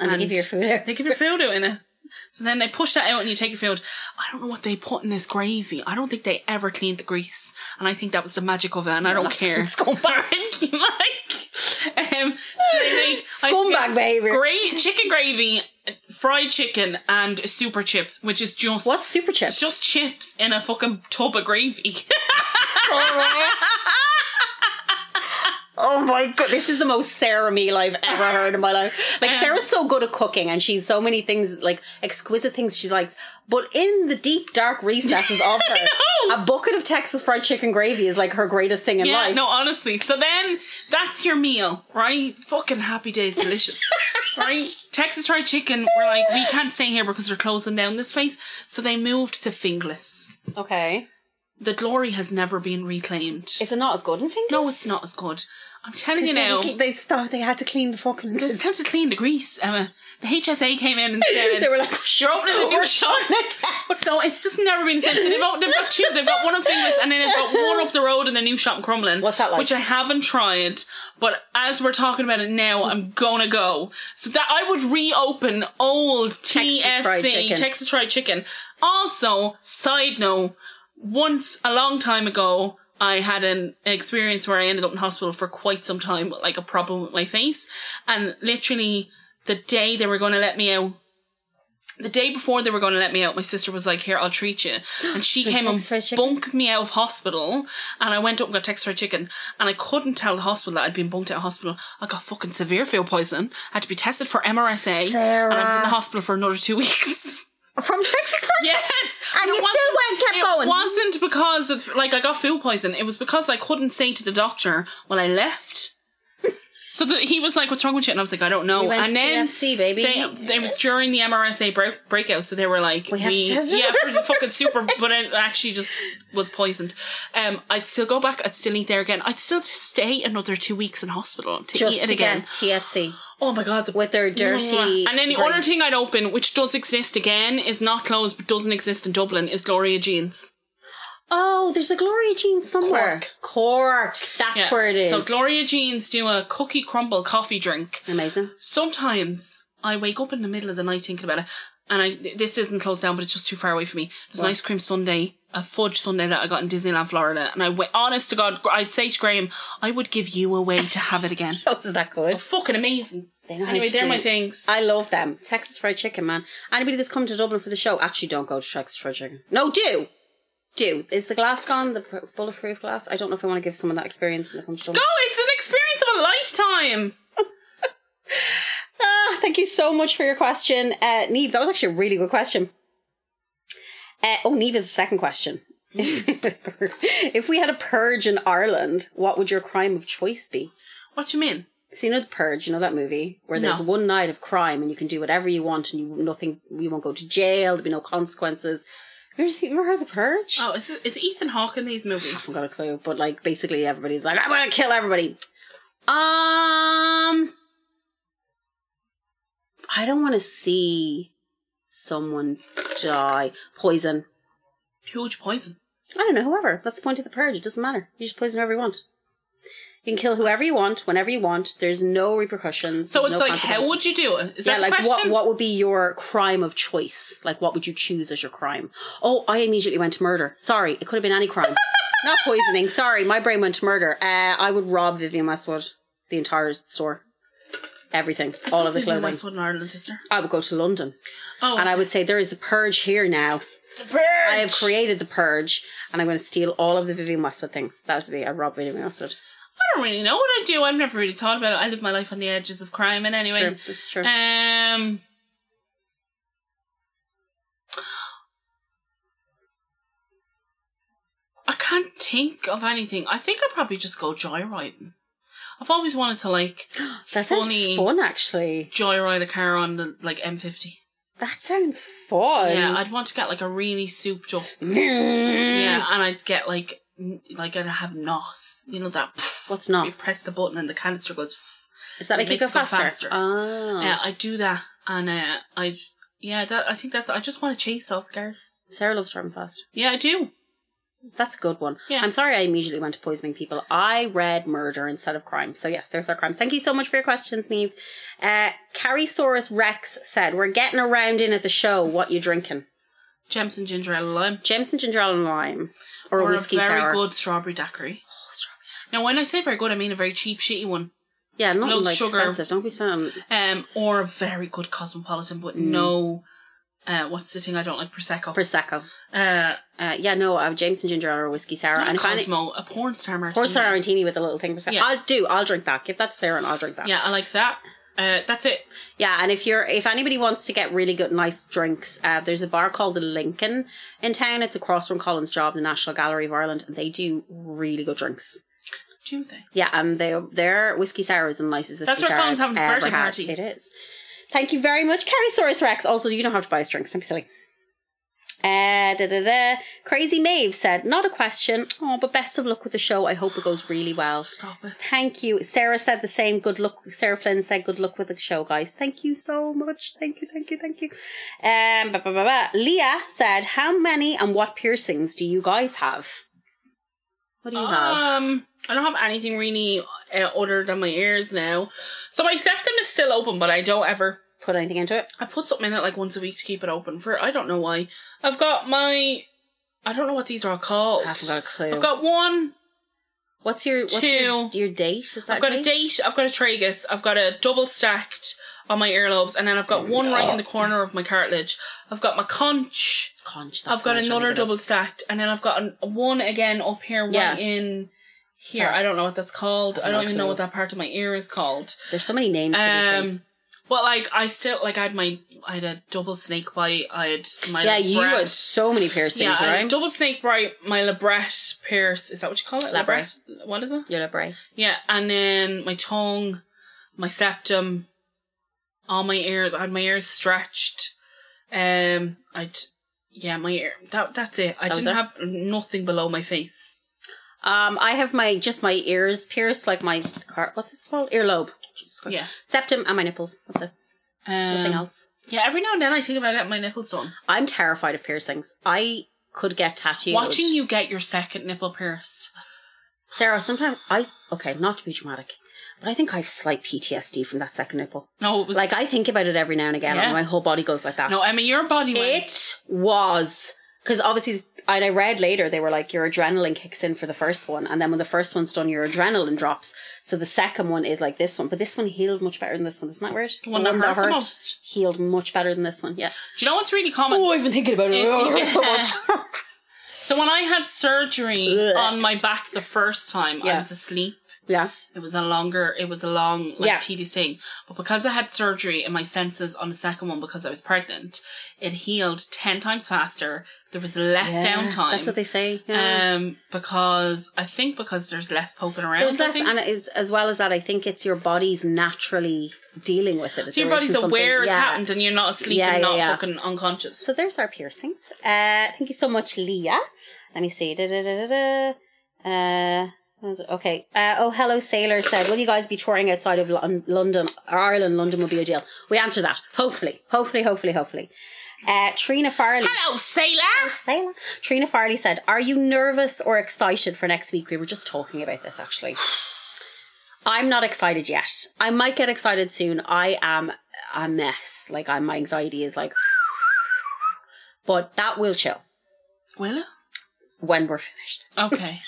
S2: and, they give you your food. out.
S3: They give your food out in it. So then they push that out and you take your food. I don't know what they put in this gravy. I don't think they ever cleaned the grease, and I think that was the magic of it. And I don't care.
S2: Some scumbag.
S3: like, um, so they make- I
S2: Scumbag
S3: think
S2: behaviour.
S3: Great chicken gravy, fried chicken, and super chips, which is just
S2: What's super chips?
S3: it's just chips in a fucking tub of gravy.
S2: oh my god, this is the most Sarah meal I've ever heard in my life.
S3: Um,
S2: Like Sarah's so good at cooking, and she's so many things like exquisite things she likes. But in the deep dark recesses of her,
S3: know.
S2: a bucket of Texas fried chicken gravy is like her greatest thing in
S3: yeah,
S2: life.
S3: no, honestly. So then that's your meal, right? Fucking happy days, delicious. right? Texas fried chicken, we're like, we can't stay here because they're closing down this place. So they moved to Fingless.
S2: Okay,
S3: The glory has never been reclaimed.
S2: is it not as good in Finland?
S3: no, it's not as good. I'm telling
S2: You
S3: you now.
S2: they, they start. They had to clean the fucking.
S3: It's time to clean the grease, Emma. The HSA came in and said
S2: They were like,
S3: "You're opening a new shop." So it's just never been said. So they've, got, they've got two. They've got one on Finglas, and then they've got one up the road and a new shop in Crumlin.
S2: What's that like?
S3: Which I haven't tried, but as we're talking about it now, I'm gonna go. So that I would reopen old
S2: Texas
S3: TFC
S2: fried chicken.
S3: Texas Fried Chicken. Also, side note: once a long time ago. I had an experience where I ended up in hospital for quite some time, with, like a problem with my face. And literally the day they were going to let me out, the day before they were going to let me out, my sister was like, "Here, I'll treat you," and she came and
S2: Texas Fried Chicken?
S3: bunked me out of hospital. And I went up and got Texas fried chicken, and I couldn't tell the hospital that I'd been bunked out of hospital. I got fucking severe food poisoning. I had to be tested for MRSA, and I was in the
S2: Sarah.
S3: hospital for another two weeks.
S2: From Texas fried
S3: Yes,
S2: And
S3: it
S2: you still
S3: wasn't-
S2: went- kept
S3: it
S2: going.
S3: wasn't because of, like I got food poison. It was because I couldn't say to the doctor when I left. So that he was like, "What's wrong with you?" And I was like, "I don't know."
S2: We went
S3: and
S2: to
S3: then
S2: TFC, baby.
S3: They, it was during the MRSA break, breakout, so they were like, "We,
S2: have to test
S3: yeah,
S2: it."
S3: for the fucking super," but it actually just was poisoned. Um, I'd still go back. I'd still eat there again. I'd still stay another two weeks in hospital to
S2: Just
S3: eat it
S2: again,
S3: again.
S2: TFC
S3: Oh my god, the
S2: with their dirty.
S3: and then the
S2: grease.
S3: other thing I'd open, which does exist again, is not closed but doesn't exist in Dublin, is Gloria Jeans.
S2: Oh, there's a Gloria Jean somewhere. Cork. That's
S3: Yeah.
S2: where it is.
S3: So Gloria Jeans do a cookie crumble coffee drink.
S2: Amazing.
S3: Sometimes I wake up in the middle of the night thinking about it, and I this isn't closed down, but it's just too far away from me. There's an ice cream sundae, a fudge sundae that I got in Disneyland, Florida, and I went honest to God, I'd say to Graham, I would give you away to have it again.
S2: Oh, is that good?
S3: Fucking amazing.
S2: know how
S3: Anyway,
S2: to
S3: they're my
S2: do it.
S3: things.
S2: I love them. Texas fried chicken, man. Anybody that's come to Dublin for the show, actually don't go to Texas fried chicken. No, do. Do. Is the glass gone? The pr- bulletproof glass? I don't know if I want to give someone that experience when they come to Dublin.
S3: Go, it's an experience of a lifetime.
S2: Ah, thank you so much for your question, uh, Neve. That was actually a really good question. Uh, oh, Neve is a second question. if we had a purge in Ireland, what would your crime of choice be?
S3: What you mean?
S2: So you know the Purge, you know that movie where there's
S3: No.
S2: one night of crime and you can do whatever you want and you nothing, you won't go to jail. There'll be no consequences. Have you ever seen? Remember the Purge?
S3: Oh, is it, is Ethan Hawke in these
S2: I
S3: movies?
S2: haven't got a clue, but like basically everybody's like, I'm gonna kill everybody. Um, I don't want to see someone die. Poison.
S3: Huge poison.
S2: I don't know. Whoever. That's the point of the purge. It doesn't matter. You just poison whoever you want. You can kill whoever you want, whenever you want. There's no repercussions.
S3: So
S2: there's
S3: it's
S2: no
S3: like, how
S2: consequences.
S3: would you do it? Is
S2: yeah,
S3: that
S2: like
S3: the
S2: what
S3: question?
S2: what would be your crime of choice? Like what would you choose as your crime? Oh, I immediately went to murder. Sorry, it could have been any crime. Not poisoning. Sorry, my brain went to murder. Uh, I would rob Vivian Westwood, the entire store. Everything. all of the clothing.
S3: That's what in Ireland is there.
S2: I would go to London.
S3: Oh,
S2: And I would say there is a purge here now. I have created the purge and I'm gonna steal all of the Vivian Westwood things. That would be I rob Vivian Westwood.
S3: I don't really know what I do. I've never really thought about it. I live my life on the edges of crime, and
S2: It's
S3: anyway,
S2: true, it's true.
S3: um, I can't think of anything. I think I'd probably just go joyriding. I've always wanted to like
S2: that sounds
S3: funny.
S2: fun actually.
S3: joyride a car on the like M50.
S2: That sounds fun.
S3: Yeah, I'd want to get like a really souped up.
S2: yeah.
S3: Yeah, and I'd get like n- like I'd have nos. You know that.
S2: What's
S3: You
S2: not?
S3: press the button and the canister goes.
S2: Is that like you
S3: makes
S2: go
S3: it go
S2: faster?
S3: faster.
S2: Oh.
S3: Yeah, Uh, I do that, and uh, I j- yeah, that I think that's. I just want to chase off the guards.
S2: Sarah loves driving fast.
S3: Yeah, I do.
S2: That's a good one.
S3: Yeah.
S2: I'm sorry I immediately went to poisoning people. I read murder instead of crime. So yes, there's our crimes. Thank you so much for your questions, Neve. Uh Carisaurus Rex said, We're getting around in at the show. What you drinking?
S3: Gems and ginger ale and lime.
S2: Jameson ginger ale and lime. Or,
S3: Or
S2: a whiskey
S3: a very
S2: sour.
S3: good strawberry Oh, daiquiri. Now, when I say very good, I mean a very cheap, shitty one.
S2: Yeah, not
S3: Loads
S2: like
S3: sugar.
S2: expensive. Don't be spending
S3: Um, or a very good cosmopolitan, but no. Uh, what's the thing I don't like? Prosecco.
S2: Prosecco.
S3: uh,
S2: Uh, yeah, no, uh, Jameson ginger ale or whiskey sour.
S3: not
S2: And if I
S3: Cosmo, a porn star martini.
S2: Or Sarah Martini with a little thing. Prosecco.
S3: Yeah.
S2: I'll do. I'll drink that. Give that to Sarah and I'll drink that.
S3: Yeah, I like that. Uh, that's it.
S2: Yeah, and if you're if anybody wants to get really good nice drinks, uh, there's a bar called the Lincoln in town. It's across from Collins Job, the National Gallery of Ireland, and they do really good drinks.
S3: Do they?
S2: Yeah, and they their whiskey sour is the nicest.
S3: That's
S2: whiskey
S3: where
S2: sour
S3: Colin's
S2: I've
S3: having his
S2: ever
S3: birthday
S2: had.
S3: party.
S2: It is. Thank you very much, Carisaurus Rex. Also, you don't have to buy us drinks. Don't be silly. Uh, da, da, da. Crazy Maeve said, "Not a question. Oh, but best of luck with the show. I hope it goes really well."
S3: Stop it.
S2: Thank you. Sarah said the same. Good luck. Sarah Flynn said good luck with the show, guys. Thank you so much. Thank you, thank you, thank you. Um, ba, ba, ba, ba. Leah said, How many and what piercings do you guys have? What do you have?
S3: Um, I don't have anything really uh, other than my ears now. So my septum is still open, but I don't ever.
S2: Put anything into it?
S3: I put something in it like once a week to keep it open for. I don't know why. I've got my. I don't know what these are called.
S2: I haven't got a clue.
S3: I've got one.
S2: what's your what's your,
S3: two.
S2: your date? Is that
S3: I've got a date. I've got a tragus. I've got a double stacked on my earlobes, and then I've got one right in the corner of my cartilage. I've got my conch.
S2: Conch, that's
S3: I've got
S2: what I was trying to
S3: another
S2: think
S3: double
S2: of.
S3: stacked, and then I've got an, one again up here,
S2: Yeah.
S3: one in here.
S2: Sorry.
S3: I don't know what that's called. I
S2: no
S3: don't even know
S2: clue.
S3: what that part of my ear is called.
S2: There's so many names for these
S3: Um,
S2: things.
S3: but like I still like I had my I had a double snake bite. I had my
S2: Yeah, you
S3: labret-
S2: had so many piercings,
S3: yeah, I had a
S2: right?
S3: double snake bite. My labret pierce. Is that what you call it?
S2: Labret.
S3: What is it?
S2: You're not brave.
S3: Yeah, and then my tongue, my septum, all my ears. I had my ears stretched. Um, I yeah, my ear. That that's it. I
S2: That was
S3: didn't
S2: it?
S3: have nothing below my face.
S2: Um, I have my just my ears pierced, like my car. What's this called? Earlobe. Jesus Christ.
S3: Yeah.
S2: septum and my nipples. That's it.
S3: Um,
S2: Nothing else.
S3: Yeah, every now and then I think about getting my nipples done.
S2: I'm terrified of piercings. I could get tattooed.
S3: Watching you get your second nipple pierced.
S2: Sarah. Sometimes I okay, not to be dramatic, but I think I have slight PTSD from that second nipple.
S3: No, it was
S2: Like I think about it every now and again,
S3: Yeah.
S2: and my whole body goes like that.
S3: No, I mean your body. went-
S2: it was because obviously, and I read later they were like your adrenaline kicks in for the first one, and then when the first one's done, your adrenaline drops. So the second one is like this one, but this one healed much better than this one. Isn't that weird?
S3: The one that hurt the most.
S2: healed much better than this one. Yeah.
S3: Do you know what's really common?
S2: I've been thinking about
S3: it so much.
S2: much.
S3: So when I had surgery
S2: Ugh.
S3: on my back the first time, I
S2: Yeah.
S3: was asleep.
S2: yeah.
S3: It was a longer, it was a long, like,
S2: Yeah.
S3: tedious thing. But because I had surgery and my senses on the second one because I was pregnant, it healed 10 times faster. There was less downtime.
S2: That's what they say. Yeah.
S3: Um, because I think because there's less poking around.
S2: There's
S3: I
S2: less,
S3: think.
S2: and it's, as well as that, I think it's your body's naturally dealing with it.
S3: So your
S2: There
S3: body's
S2: isn't something-
S3: aware it's
S2: yeah.
S3: happened and you're not asleep
S2: Yeah,
S3: and
S2: yeah,
S3: not
S2: yeah.
S3: fucking unconscious.
S2: So there's our piercings. Uh, thank you so much, Leah. Let me see. Da, da, da, da, da. Uh, okay. Uh, oh, hello, Sailor said, will you guys be touring outside of Lon- London? Ireland, London will be ideal. We answer that. Hopefully, hopefully, hopefully, hopefully. Uh, Trina Farley.
S3: Hello, Oh, sailor!
S2: Sailor. Trina Farley said, Are you nervous or excited for next week? We were just talking about this actually. I'm not excited yet. I might get excited soon. I am a mess. Like I, my anxiety is like but that will chill
S3: Will?
S2: when we're finished.
S3: Okay.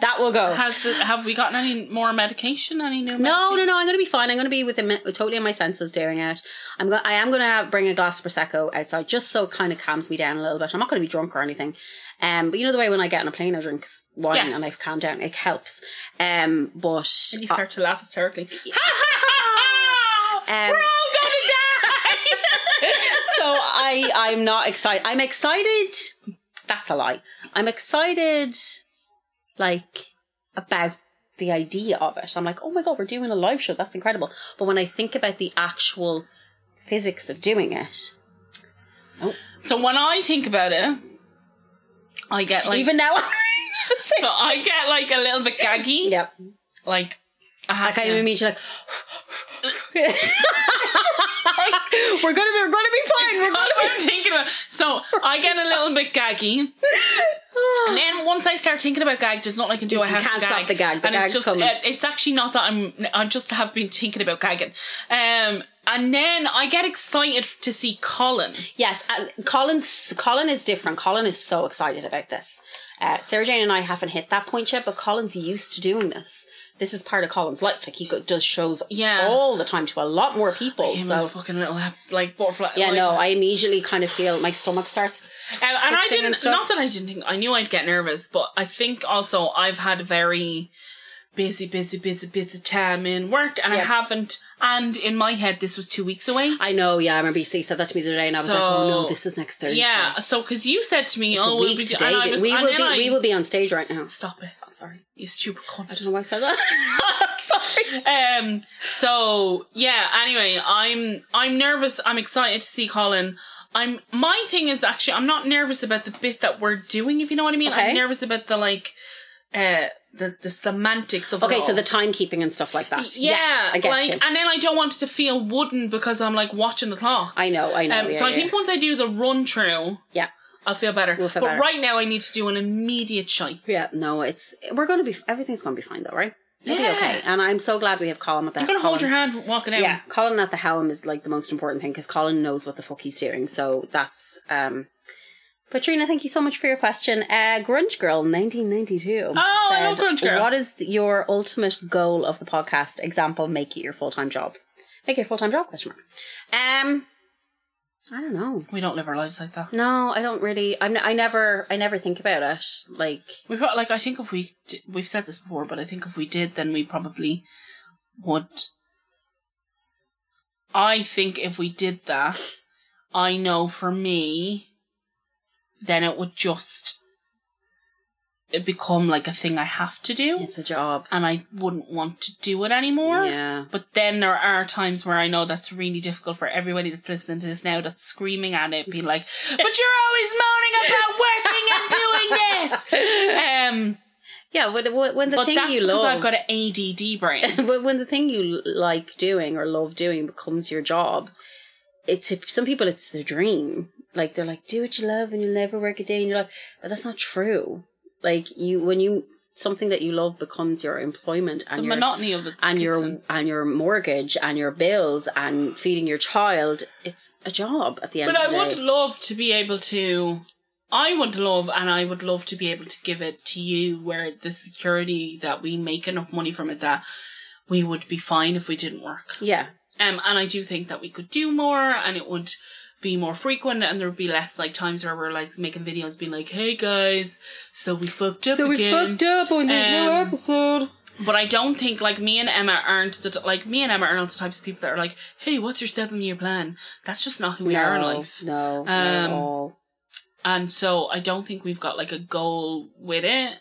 S2: That will go.
S3: Has the, have we gotten any more medication? Any new?
S2: Oh. No, no, no. I'm going to be fine. I'm going to be within mi- totally in my senses during it. I'm going. I am going to have, bring a glass of prosecco outside just so it kind of calms me down a little bit. I'm not going to be drunk or anything. Um, but you know the way when I get on a plane, I drink s- wine
S3: Yes.
S2: and I calm down. It helps. Um, but
S3: You start to laugh hysterically.
S2: um,
S3: We're all gonna die.
S2: so I, I'm not excited. I'm excited. That's a lie. I'm excited, like about the idea of it. I'm like, oh my god, we're doing a live show. That's incredible. But when I think about the actual physics of doing it,
S3: So when I think about it, I get like
S2: even now,
S3: so I get like a little bit gaggy.
S2: yep,
S3: Like I have
S2: Like I
S3: to.
S2: mean, she's like, we're gonna be, we're gonna be fine. We're
S3: That's
S2: gonna
S3: what I'm thinking about. So I get a little bit gaggy. And then once I start thinking about gag, there's nothing I can do. I have
S2: can't
S3: to gag.
S2: stop the gag. The
S3: and
S2: gag's
S3: it's just,
S2: coming.
S3: uh, it's actually not that I'm. I just have been thinking about gagging. Um, and then I get excited to see Colin.
S2: Yes, uh, Colin's Colin is different. Colin is so excited about this. Uh, Sarah Jane and I haven't hit that point yet, but Colin's used to doing this. This is part of Colin's life. Like he go- does shows
S3: Yeah.
S2: all the time to a lot more people.
S3: Him
S2: So
S3: and fucking little ha- like butterfly.
S2: yeah,
S3: like-
S2: no, I immediately kind of feel my stomach starts.
S3: Um, and I
S2: Twisting and
S3: didn't.
S2: stuff.
S3: not that I didn't think. I knew I'd get nervous, but I think also I've had a very busy, busy, busy, busy time in work, and I
S2: Yeah.
S3: haven't. And in my head, this was two weeks away.
S2: I know. Yeah, I remember you said that to me the other day, and I was like, oh no,
S3: So-
S2: this is next Thursday.
S3: yeah. So because you said to me,
S2: it's
S3: "Oh,
S2: a
S3: we'll
S2: week
S3: be do-
S2: today.
S3: and I was-
S2: we
S3: and
S2: will
S3: then
S2: be
S3: I-
S2: we will be on stage right now.
S3: Stop it! I'm sorry, you stupid cunt. I
S2: I don't know why I said that. Sorry.
S3: um so yeah anyway i'm i'm nervous i'm excited to see colin i'm my thing is actually i'm not nervous about the bit that we're doing if you know what i mean
S2: Okay.
S3: i'm nervous about the like uh the, the semantics of it
S2: Okay,
S3: all.
S2: so the timekeeping and stuff like that.
S3: yeah
S2: yes, I get
S3: like
S2: you.
S3: and then i don't want it to feel wooden because i'm like watching the clock
S2: I know. I know.
S3: um,
S2: yeah,
S3: so i
S2: yeah,
S3: think once i do the run through
S2: yeah.
S3: i'll feel better
S2: We'll feel
S3: but
S2: better.
S3: right now i need to do an immediate shite
S2: Yeah, no, it's we're gonna be everything's gonna be fine though, right? It'll
S3: Yeah.
S2: be okay. And I'm so glad we have Colin at that.
S3: i'm gonna hold your hand walking out
S2: Yeah, Colin at the helm is like the most important thing because Colin knows what the fuck he's doing. So that's um. Patrina, thank you so much for your question. Uh, Grunge Girl, nineteen ninety two.
S3: Oh, I love Grunge Girl.
S2: What is your ultimate goal of the podcast? Example: Make it your full time job. Make it your full time job? Question mark. Um, I don't know.
S3: we don't live our lives like that
S2: No, I don't really. I'm. N- I never. I never think about it. Like,
S3: We pro- like I think if we d- we've said this before, but I think if we did, then we probably would. I think if we did that, I know for me, then it would just it become like a thing I have to do,
S2: it's a job.
S3: and I wouldn't want to do it anymore.
S2: Yeah.
S3: But then there are times where I know that's really difficult for everybody that's listening to this now that's screaming at it, be like, but you're always moaning about working and doing this. Um,
S2: Yeah, when, when when the
S3: but
S2: thing
S3: that's
S2: you
S3: because
S2: love,
S3: I've got an ADD brain.
S2: when, when the thing you like doing or love doing becomes your job, it's to some people it's their dream. Like they're like, do what you love and you'll never work a day in your life. But that's not true. Like you, when you something that you love becomes your employment and
S3: the
S2: your
S3: monotony of it.
S2: and
S3: kicks
S2: your
S3: in.
S2: and your mortgage and your bills and feeding your child, it's a job at the end.
S3: But I
S2: of the
S3: would
S2: day.
S3: love to be able to. I would love, and I would love to be able to give it to you, where the security that we make enough money from it that we would be fine if we didn't work.
S2: yeah,
S3: Um, and I do think that we could do more and it would be more frequent and there would be less like times where we're like making videos being like, hey guys, so we fucked up again.
S2: up on
S3: there's no Um,
S2: episode.
S3: But I don't think like me and Emma aren't the, t- like me and Emma are not the types of people that are like, hey, what's your seven year plan? That's just not who we are in
S2: No,
S3: life.
S2: no, not at
S3: Um,
S2: all.
S3: And so I don't think we've got like a goal with it.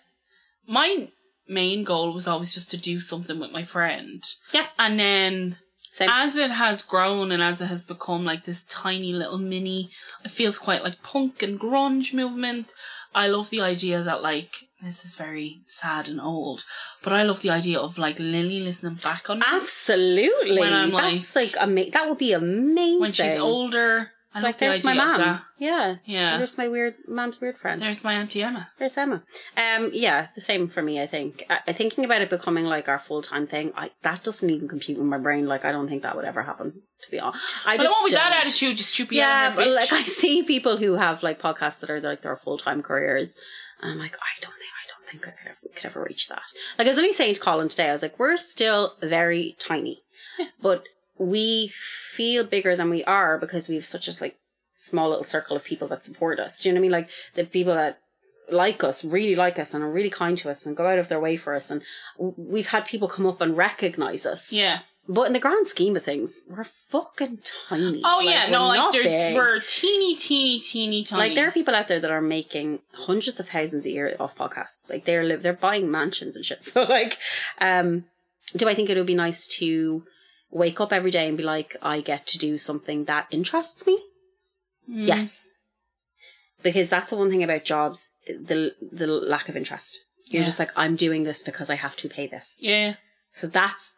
S3: My main goal was always just to do something with my friend.
S2: Yeah.
S3: And then
S2: Same.
S3: as it has grown and as it has become like this tiny little mini, it feels quite like punk and grunge movement. I love the idea that like this is very sad and old, but I love the idea of like Lily listening back on this
S2: Absolutely.
S3: When I'm
S2: That's like ama- that would be amazing.
S3: when she's older. I love
S2: Like
S3: the
S2: there's
S3: idea
S2: my
S3: of
S2: mom.
S3: that.
S2: Yeah.
S3: Yeah.
S2: There's my weird mom's weird friend. There's,
S3: There's my auntie Emma.
S2: Emma. Um yeah, the same for me I think. I, I- thinking about it becoming like our full-time thing, I that doesn't even compute in my brain like I don't think that would ever happen to be honest. I
S3: But I
S2: just
S3: want with that
S2: don't.
S3: attitude, you stupid
S2: Yeah,
S3: Emma,
S2: but
S3: bitch.
S2: like I see people who have like podcasts that are like their full time careers, and I'm like, I don't think, I don't think I could ever, could ever reach that. Like I was only saying to Colin today, I was like, we're still very tiny, but we feel bigger than we are because we have such a like small little circle of people that support us. Do you know what I mean? Like the people that like us, really like us, and are really kind to us, and go out of their way for us, and w- we've had people come up and recognize us.
S3: yeah.
S2: But in the grand scheme of things, we're fucking tiny.
S3: Oh
S2: Like,
S3: yeah,
S2: we're
S3: no, like
S2: not
S3: there's
S2: big.
S3: we're teeny, teeny, teeny tiny.
S2: Like there are people out there that are making hundreds of thousands a year off podcasts. Like they're li- they're buying mansions and shit. So like, um, do I think it would be nice to wake up every day and be like, I get to do something that interests me?
S3: Mm.
S2: Yes, because that's the one thing about jobs the the lack of interest. You're
S3: Yeah.
S2: just like, I'm doing this because I have to pay this.
S3: Yeah.
S2: So that's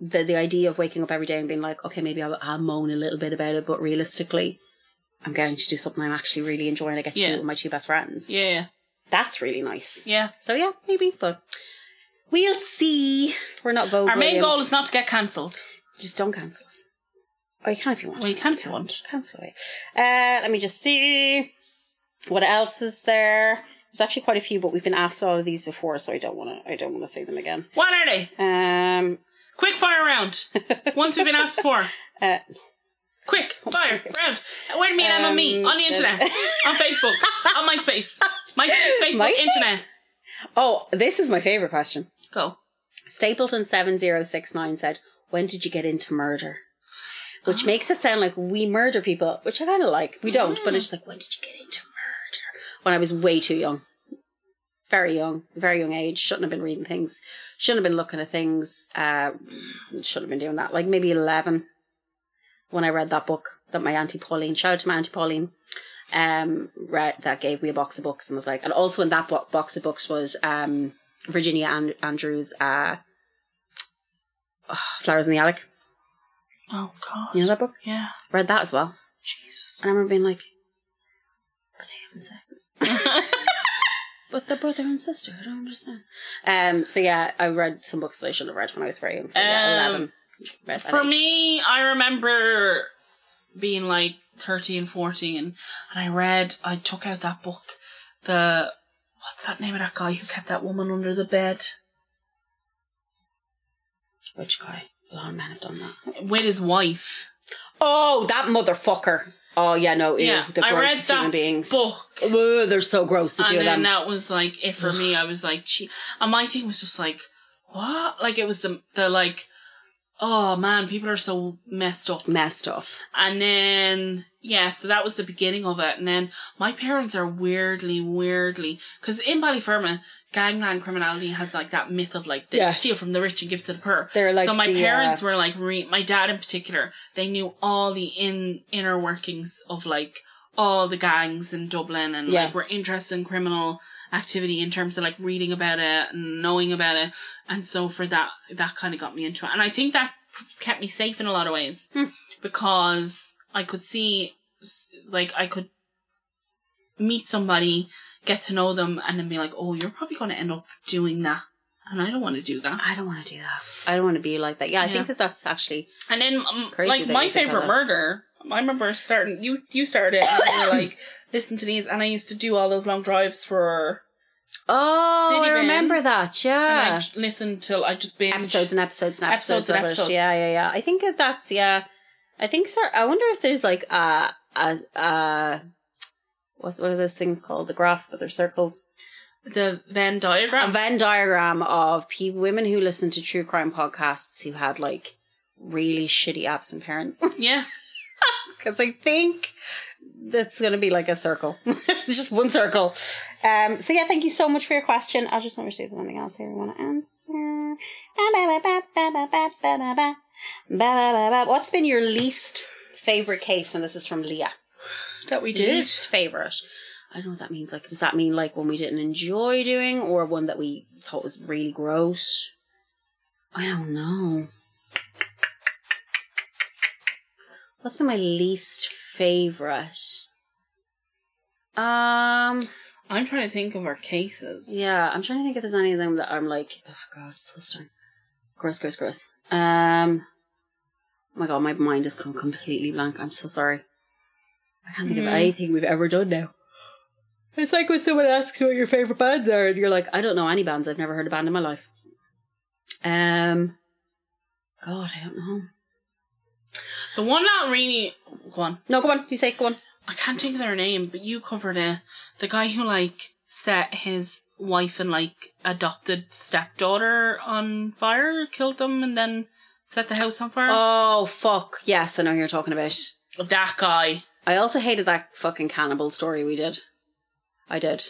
S2: the the idea of waking up every day and being like, okay, maybe I'll, I'll moan a little bit about it, but realistically, I'm getting to do something I'm actually really enjoying. I get to do
S3: Yeah.
S2: it with my two best friends.
S3: Yeah, yeah,
S2: That's really nice.
S3: yeah.
S2: So yeah, maybe, but we'll see. We're not voting.
S3: Our main goal is not to get cancelled.
S2: just don't cancel us. Oh, you can if you want.
S3: Well, you can if you want.
S2: cancel it. Uh, let me just see what else is there. There's actually quite a few, but we've been asked all of these before, so I don't want to. I don't want to say them again.
S3: What are they?
S2: Um,
S3: Quick fire round. Once we've been asked before.
S2: Uh,
S3: Quick fire round. Where me and Emma meet
S2: Um,
S3: on the internet, on Facebook, on MySpace, MySpace, Facebook,
S2: MySpace?
S3: internet.
S2: oh, this is my favorite question.
S3: Go.
S2: Stapleton seven zero six nine said, "When did you get into murder?" Which makes it sound like we murder people, which I kind of like. We don't, but it's just like, when did you get into murder? When I was way too young, very young, very young age. Shouldn't have been reading things. Shouldn't have been looking at things. Uh, shouldn't have been doing that. Like maybe eleven, when I read that book that my auntie Pauline. Shout out to my auntie Pauline. Um, read that gave me a box of books and was like, and also in that bo- box of books was um Virginia and- Andrews' uh, Flowers in the Attic.
S3: Oh God.
S2: You know that book?
S3: Yeah.
S2: Read that as well.
S3: Jesus.
S2: And I remember being like, are they having sex? but they're brother and sister. I don't understand. Um. So yeah, I read some books that I shouldn't have read when I was very young. So yeah,
S3: Um,
S2: eleven. Read that
S3: For
S2: age.
S3: me, I remember being like 13, 14, and I read, I took out that book, the, what's that name of that guy who kept that woman under the bed?
S2: which guy? A lot of men Oh, have done that.
S3: With his wife.
S2: Oh, that motherfucker. Oh yeah, no, ew,
S3: Yeah,
S2: the
S3: I read
S2: grossest
S3: that
S2: human beings.
S3: book.
S2: Ugh, they're so gross. The two
S3: and
S2: of
S3: then uh,
S2: them.
S3: that was like it for me. I was like, gee. and my thing was just like, what? Like it was the, the like, oh man, people are so messed up.
S2: Messed up.
S3: And then yeah, so that was the beginning of it. And then my parents are weirdly, weirdly because in Ballyferma, gangland criminality has like that myth of like they
S2: Yes.
S3: steal from the rich and give to the poor.
S2: They're like
S3: so my
S2: the,
S3: parents
S2: uh,
S3: were like re- my dad in particular. They knew all the in inner workings of like all the gangs in Dublin and
S2: Yeah.
S3: like were interested in criminal activity in terms of like reading about it and knowing about it. And so for that, that kind of got me into it. And I think that kept me safe in a lot of ways because I could see, s- like, I could meet somebody, get to know them, and then be like, oh, you're probably going to end up doing that. And I don't want to do that.
S2: I don't want to do that. I don't want to be like that. Yeah, I
S3: Yeah.
S2: think that that's actually
S3: And then, um,
S2: Crazy
S3: like
S2: that
S3: my
S2: you think of
S3: favorite
S2: that.
S3: murder, I remember starting. You you started it, and you were like, listen to these, and I used to do all those long drives for.
S2: Oh,
S3: City
S2: I
S3: Bin.
S2: remember that.
S3: And I
S2: Yeah,
S3: j- listened till I just binge.
S2: episodes and episodes and episodes,
S3: Episodes
S2: of
S3: and episodes.
S2: it. Yeah, yeah, yeah. I think that that's yeah. I think so. I wonder if there's like uh uh uh what what are those things called? The graphs, but they're circles.
S3: The Venn diagram.
S2: A Venn diagram of pe- women who listen to true crime podcasts who had like really shitty absent parents.
S3: yeah,
S2: Because I think that's going to be like a circle, just one circle. Um, so yeah, thank you so much for your question. I just want to see if there's anything else here we want to answer. Ah, ba, ba, ba, ba, ba, ba, ba, ba. Ba, ba, ba, ba. What's been your least favorite case? And this is from Leah.
S3: that we
S2: Least favorite. I don't know what that means. Like, does that mean like one we didn't enjoy doing, or one that we thought was really gross? I don't know. What's been my least favorite? Um.
S3: I'm trying to think of our cases.
S2: Yeah, I'm trying to think if there's any of them that I'm like, oh god, disgusting. Gross, gross, gross. Um, oh my god, my mind has come completely blank. I'm so sorry. I can't think
S3: Mhm.
S2: of anything we've ever done now. It's like when someone asks you what your favorite bands are, and you're like, I don't know any bands. I've never heard a band in my life. Um, God, I don't know.
S3: The one that really go on.
S2: No, go on. You say, go on.
S3: I can't think of their name, but you covered it. The guy who like set his wife and like adopted stepdaughter on fire, killed them, and then set the house on fire.
S2: Oh fuck! Yes, I know who you're talking about.
S3: that guy.
S2: I also hated that fucking cannibal story we did. I did.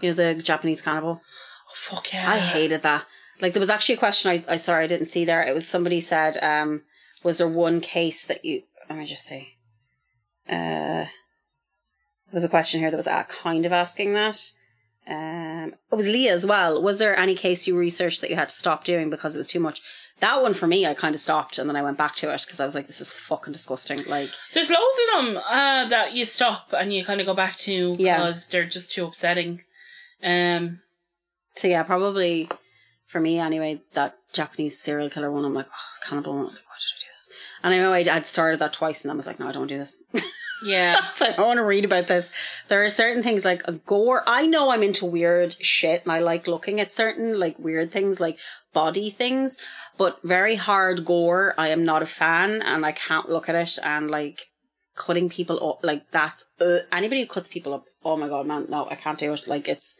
S2: You know, the Japanese cannibal.
S3: Oh, fuck yeah.
S2: I hated that. Like, there was actually a question I, I sorry, I didn't see there. It was somebody said, um, was there one case that you, let me just see. Uh, there was a question here that was a- kind of asking that. Um, it was Leah as well. Was there any case you researched that you had to stop doing because it was too much? That one for me, I kind of stopped and then I went back to it because I was like, this is fucking disgusting. Like,
S3: There's loads of them uh, that you stop and you kind of go back to
S2: Yeah.
S3: because they're just too upsetting. Um,
S2: so yeah, probably for me anyway, that Japanese serial killer one, I'm like, oh, cannibal one. I was like, why did I do this? And I know I'd, I'd started that twice and then I was like, no, I don't do this.
S3: yeah,
S2: So I want to read about this. There are certain things like a gore. I know I'm into weird shit and I like looking at certain like weird things like body things, but very hard gore. I am not a fan and I can't look at it and like cutting people up like that. Uh, anybody who cuts people up, oh my god, man, no, I can't do it. Like it's.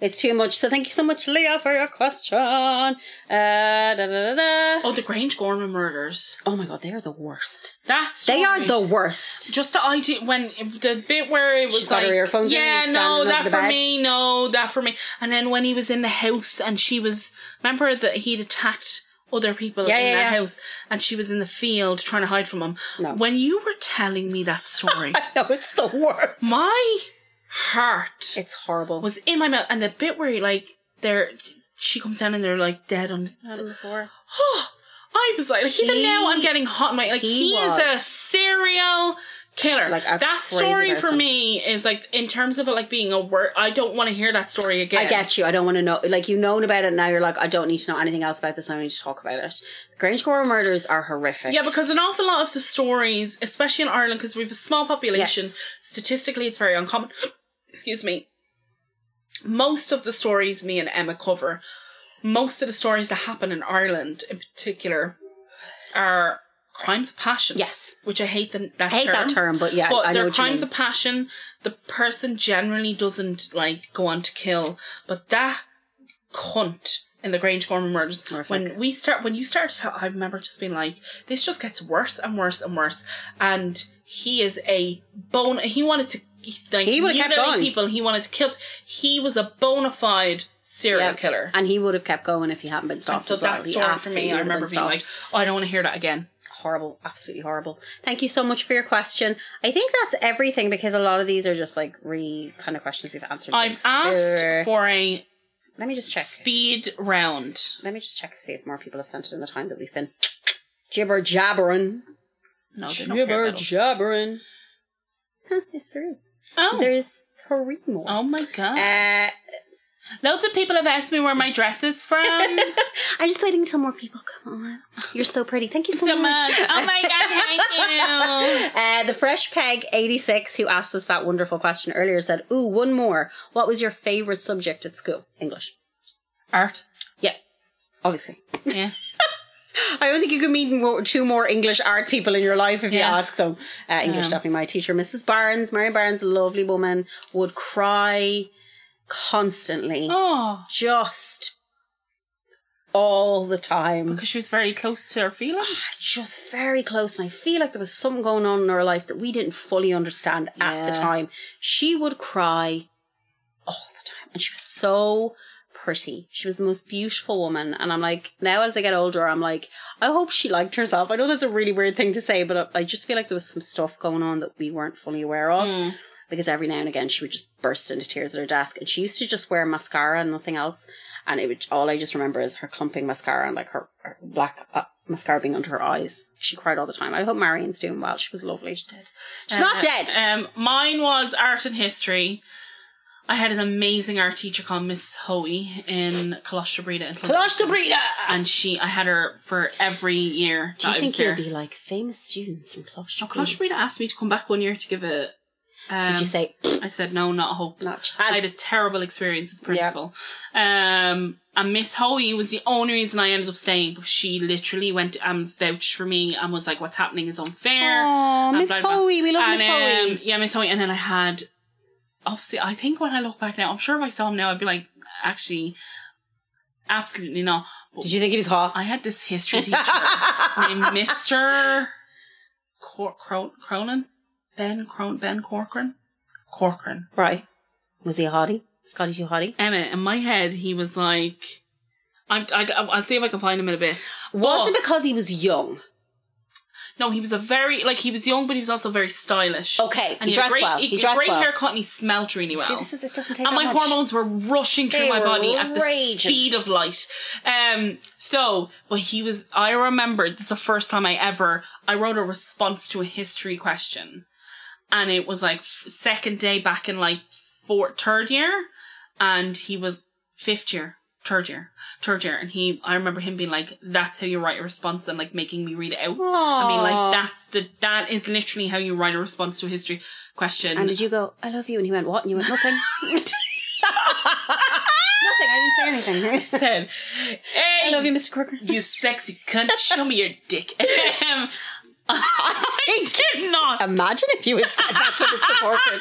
S2: It's too much. So thank you so much, Leah, for your question. Uh, da, da, da, da.
S3: oh, the Grange Gorman murders.
S2: Oh my god, they are the worst.
S3: That's
S2: They are
S3: funny.
S2: the worst.
S3: just the idea when the bit where it was
S2: She's got
S3: like,
S2: her earphones in
S3: yeah,
S2: and standing
S3: no,
S2: over
S3: that
S2: the
S3: for
S2: bed."
S3: me, no, that for me. And then when he was in the house and she was, remember that he'd attacked other people
S2: Yeah,
S3: in
S2: yeah,
S3: the
S2: yeah.
S3: house and she was in the field trying to hide from him.
S2: No.
S3: When you were telling me that story,
S2: No, it's the worst.
S3: my heart
S2: It's horrible.
S3: was in my mouth. And the bit where he, like, they're, she comes down and they're like dead on. I was like, like, even
S2: Um, He-
S3: now I'm getting hot. in My like
S2: he
S3: he, is a
S2: was.
S3: serial killer.
S2: Like a
S3: that
S2: crazy
S3: story for
S2: person.
S3: me is like in terms of it like being a word. I don't want to hear that story again.
S2: I get you. I don't want to know. Like you've known about it now. You're like, I don't need to know anything else about this. I don't need to talk about it. Grange Gore murders are horrific.
S3: Yeah, because an awful lot of the stories, especially in Ireland, because we have a small population,
S2: Yes.
S3: statistically it's very uncommon. Excuse me. Most of the stories me and Emma cover, most of the stories that happen in Ireland in particular, are crimes of passion.
S2: Yes.
S3: which I hate the, that
S2: I hate that term, but yeah,
S3: but
S2: I know
S3: they're
S2: what you mean.
S3: crimes of passion. The person generally doesn't like go on to kill, but that cunt in the Grange Gorman murders.
S2: Horrific.
S3: When we start, when you start, to, I remember just being like, this just gets worse and worse and worse. And he is a bone. He wanted to. Like,
S2: He would've kept
S3: mutilate
S2: going.
S3: People he wanted to kill. He was a bona fide serial
S2: Yeah.
S3: killer.
S2: and he would have kept going if he hadn't been
S3: And
S2: stopped.
S3: so
S2: as well.
S3: that
S2: He
S3: story for
S2: absolutely
S3: me,
S2: would
S3: I
S2: have been
S3: remember being
S2: stopped.
S3: like, oh, I don't want to hear that again.
S2: horrible, absolutely horrible. Thank you so much for your question. I think that's everything because a lot of these are just like re kind of questions we've answered.
S3: I've asked
S2: before.
S3: for a
S2: Let me just check.
S3: speed round.
S2: Let me just check and see if more people have sent it in the time that we've been jibber jabbering.
S3: No, they don't care
S2: Jibber
S3: about us.
S2: jabbering. Huh, yes, there is.
S3: Oh.
S2: There's three more.
S3: oh my god.
S2: Uh,
S3: Loads of people have asked me where my dress is from. so
S1: I'm just waiting till more people come on. You're so pretty. Thank you so,
S3: much. Oh my god, thank you.
S2: uh, the Fresh Peg 86, who asked us that wonderful question earlier, said, Ooh, one more. What was your favourite subject at school? English.
S3: Art.
S2: Yeah, obviously.
S3: Yeah.
S2: I don't think you could meet more, two more English art people in your life if you
S3: Yeah.
S2: ask them. Uh, English definitely my teacher, Mrs. Barnes. Mary Barnes, a lovely woman, would cry constantly,
S3: Oh.
S2: just all the time.
S3: Because she was very close to her feelings.
S2: just very close and I feel like there was something going on in her life that we didn't fully understand at the
S3: Yeah.
S2: time. She would cry all the time and she was so pretty. She was the most beautiful woman and I'm like now as I get older I'm like I hope she liked herself. I know that's a really weird thing to say but I I just feel like there was some stuff going on that we weren't fully aware of because every now and again she would just burst into tears at her desk and she used to just wear mascara and nothing else and it would all i just remember is her clumping mascara and like her, her black uh, mascara being under her eyes she cried all the time i hope marion's doing well she was lovely she did she's not
S3: Uh,
S2: dead
S3: Um, mine was art and history. I had an amazing art teacher called Miss Hoey in Colossabrida. in Clondalkin.
S2: Blush to breathe.
S3: And she, I had her for every year.
S2: do you
S3: that I
S2: think
S3: was there.
S2: you'll be like famous students from Clush to
S3: Oh, Colossabrida asked me to come back one year to give a. Um,
S2: did you say
S3: I said no, not a hope.
S2: not
S3: I had a
S2: chance
S3: terrible experience with the principal. Um, and Miss Hoey was the only reason I ended up staying because she literally went and vouched for me and was like, "What's happening is unfair."
S2: Aw,
S3: and
S2: Miss
S3: blah, blah, blah.
S2: Hoey, we love
S3: And,
S2: Miss Hoey.
S3: um, yeah, Miss Hoey. And then I had, obviously, I think when I look back now, I'm sure if I saw him now, I'd be like, actually, absolutely not. But
S2: did you think he was hot
S3: I had this history teacher named Mr. Cor- Cro- Cronin, Ben Cron- Ben Corcoran, Corcoran.
S2: right was he a hottie Scotty too hottie
S3: Emma, in my head, he was like, I'm, I, I'll see if I can find him in a bit.
S2: was
S3: But-
S2: it because he was young
S3: No, he was a very like he was young, but he was also very stylish.
S2: Okay,
S3: and
S2: he
S3: he, had
S2: dressed
S3: great,
S2: well,
S3: He,
S2: he
S3: had
S2: dressed
S3: great
S2: well.
S3: haircut, and he smelt really well.
S2: See, this is- it doesn't take
S3: And
S2: that
S3: my
S2: much.
S3: hormones were rushing through
S2: They
S3: my
S2: were
S3: body at the
S2: raging.
S3: speed of light. Um. So, but he was. I remember this is the first time I ever I wrote a response to a history question, and it was like f- second day back in like fourth, third year, and he was fifth year, third year, third year, and he. I remember him being like, "That's how you write a response," and like making me read it out. I mean, like that's the that is literally how you write a response to a history question.
S2: And did you go, I love you? And he went, What? And you went, Nothing. Nothing. I didn't say anything.
S3: said, "Hey,
S2: I love you, Mr. Corker.
S3: you sexy cunt, show me your dick." Um, I did not. Um,
S2: Imagine if you had said that to Mr. Corcoran.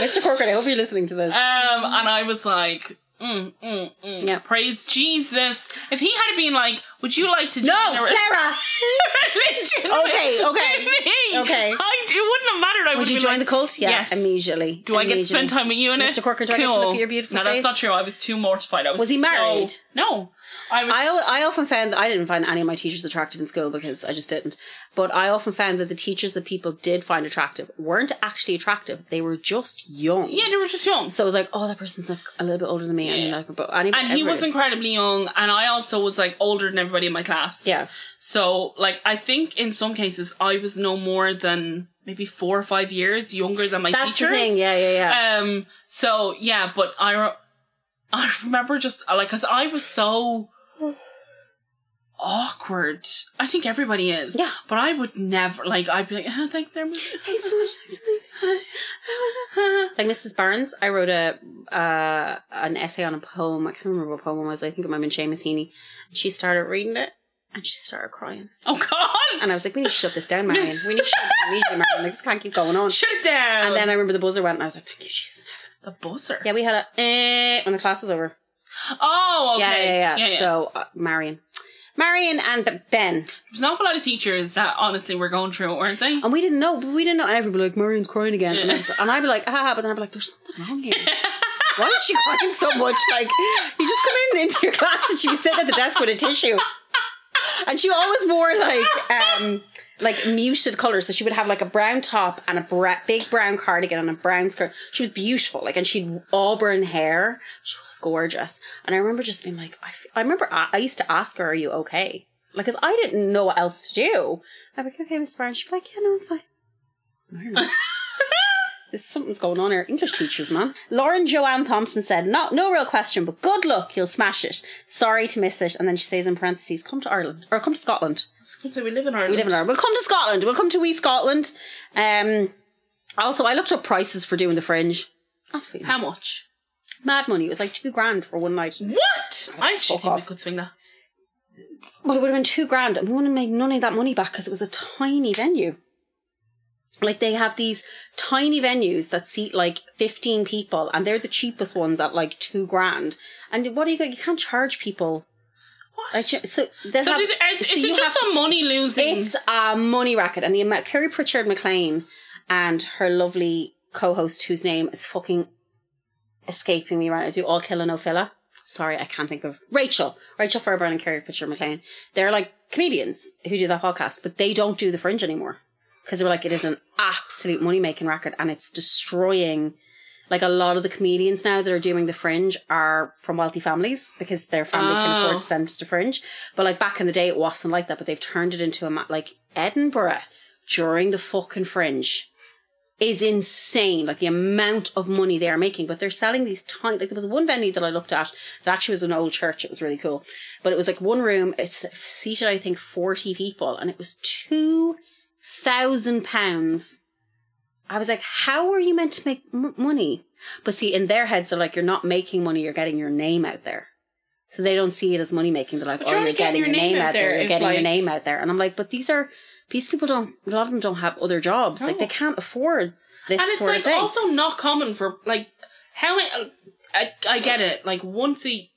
S2: Mr. Corcoran, I hope you're listening to
S3: Um,
S2: this.
S3: and I was like. Mm, mm, mm.
S2: Yeah.
S3: Praise Jesus. If he had been like, would you like to
S2: no,
S3: join a re-
S2: Oh, Sarah!
S3: religion
S2: Okay,
S3: with
S2: okay,
S3: me?"
S2: okay.
S3: I, it wouldn't have mattered. I
S2: Would
S3: would've
S2: you
S3: been
S2: join
S3: like,
S2: the cult? Yeah,
S3: yes.
S2: immediately.
S3: Do I get to
S2: Immediately.
S3: spend time with you in it?
S2: Mr. Corker, do I get to look at your beautiful
S3: No,
S2: face?
S3: that's not true. I was too mortified. I was.
S2: Was he
S3: so-
S2: married?
S3: no, I was.
S2: I, al- I often found that I didn't find any of my teachers attractive in school because I just didn't. But I often found that the teachers that people did find attractive weren't actually attractive. They were just young.
S3: yeah, they were just young.
S2: So I was like, oh, that person's like a little bit older than me. And,
S3: Yeah.
S2: like, but I didn't-
S3: and he
S2: ever-
S3: was incredibly young, and I also was like older than everybody in my class.
S2: Yeah.
S3: So, like, I think in some cases I was no more than maybe four or five years younger than my
S2: That's
S3: teachers.
S2: the thing. Yeah, yeah, yeah.
S3: Um. So yeah, but I, re- I remember just like because I was so awkward. I think everybody is.
S2: Yeah.
S3: But I would never like. I'd be like, oh, thanks, everyone.
S2: Thanks so much, thanks so much, thanks so much. like Mrs. Barnes, I wrote a uh, an essay on a poem. I can't remember what poem it was. I think it might have been Seamus Heaney. She started reading it and she started crying.
S3: Oh God!
S2: And I was like, we need to shut this down, Marion. We need to shut this down immediately, Marion. Like, this can't keep going on.
S3: shut it down.
S2: And then I remember the buzzer went and I was like, thank you, Jesus.
S3: the buzzer.
S2: Yeah, we had a eh, when the class was over.
S3: Oh,
S2: Yeah,
S3: okay.
S2: yeah, yeah, So uh, Marion. Marion and B- Ben.
S3: There's an awful lot of teachers that honestly were going through it, weren't they?
S2: And we didn't know, but we didn't know. And everybody like, Marion's crying again. And, I was- and I'd be like, ah, but then I'd be like, there's something wrong here. Why is she crying so much? Like, you just come in into your class and she'd be sitting at the desk with a tissue. And she always wore like, um, like muted colors. So she would have like a brown top and a bra- big brown cardigan and a brown skirt. She was beautiful. Like, and she'd auburn hair. She was gorgeous. And I remember just being like, I, f- I remember I, I used to ask her, are you okay? Like, cause I didn't know what else to do. I'm like, okay, Miss Barnes. She'd be like, yeah, no, I'm fine. No, you're not. There's something's going on here. English teachers, man. Lauren Joanne Thompson said, "Not no real question, but good luck. You'll smash it. Sorry to miss it." And then she says in parentheses, "Come to Ireland or come to Scotland.
S3: I was going to say we live in Ireland.
S2: We live in Ireland. We'll come to Scotland. We'll come to wee Scotland." Um. Also, I looked up prices for doing the fringe. Absolutely
S3: How much?
S2: mad money. It was like two grand for one night.
S3: What? I actually
S2: Fuck
S3: think we
S2: off.
S3: could swing that.
S2: Well, it would have been two grand, and we wouldn't have made none of that money back because it was a tiny venue. Like they have these tiny venues that seat like fifteen people, and they're the cheapest ones at like two grand. And what do you go? You can't charge people.
S3: What?
S2: Like, ch- so they
S3: so
S2: have,
S3: did, are,
S2: so
S3: is
S2: you have
S3: it just
S2: to-
S3: a money losing?
S2: It's a money racket, and the amount Carrie Pritchard McLean and her lovely co-host, whose name is fucking escaping me right now, do all killer no filler. Sorry, I can't think of Rachel, Rachel Fairburn and Carrie Pritchard McLean. They're like comedians who do that podcast, but they don't do the fringe anymore because they were like, it is an absolute money making racket, and it's destroying. Like a lot of the comedians now that are doing the fringe are from wealthy families because their family can afford
S3: Oh.
S2: to send to fringe. But like back in the day, it wasn't like that. But they've turned it into a ma- like Edinburgh during the fucking fringe is insane. Like the amount of money they are making, but they're selling these tiny. Like there was one venue that I looked at that actually was an old church. It was really cool, but it was like one room. It's seated, I think, forty people, and it was two thousand pounds. I was like, how are you meant to make m- money? But see, in their heads, they're like, you're not making money. You're getting your name out there. So they don't see it as money making. They're like,
S3: But
S2: oh,
S3: you're
S2: you're,
S3: only
S2: getting, your name, out there. You're
S3: if,
S2: getting
S3: like-
S2: your name out there. And I'm like, but these are, these people don't, a lot of them don't have other jobs. Like
S3: No.
S2: they can't afford this
S3: and it's
S2: sort
S3: like
S2: of thing.
S3: also not common for like how it, I I get it. Like once a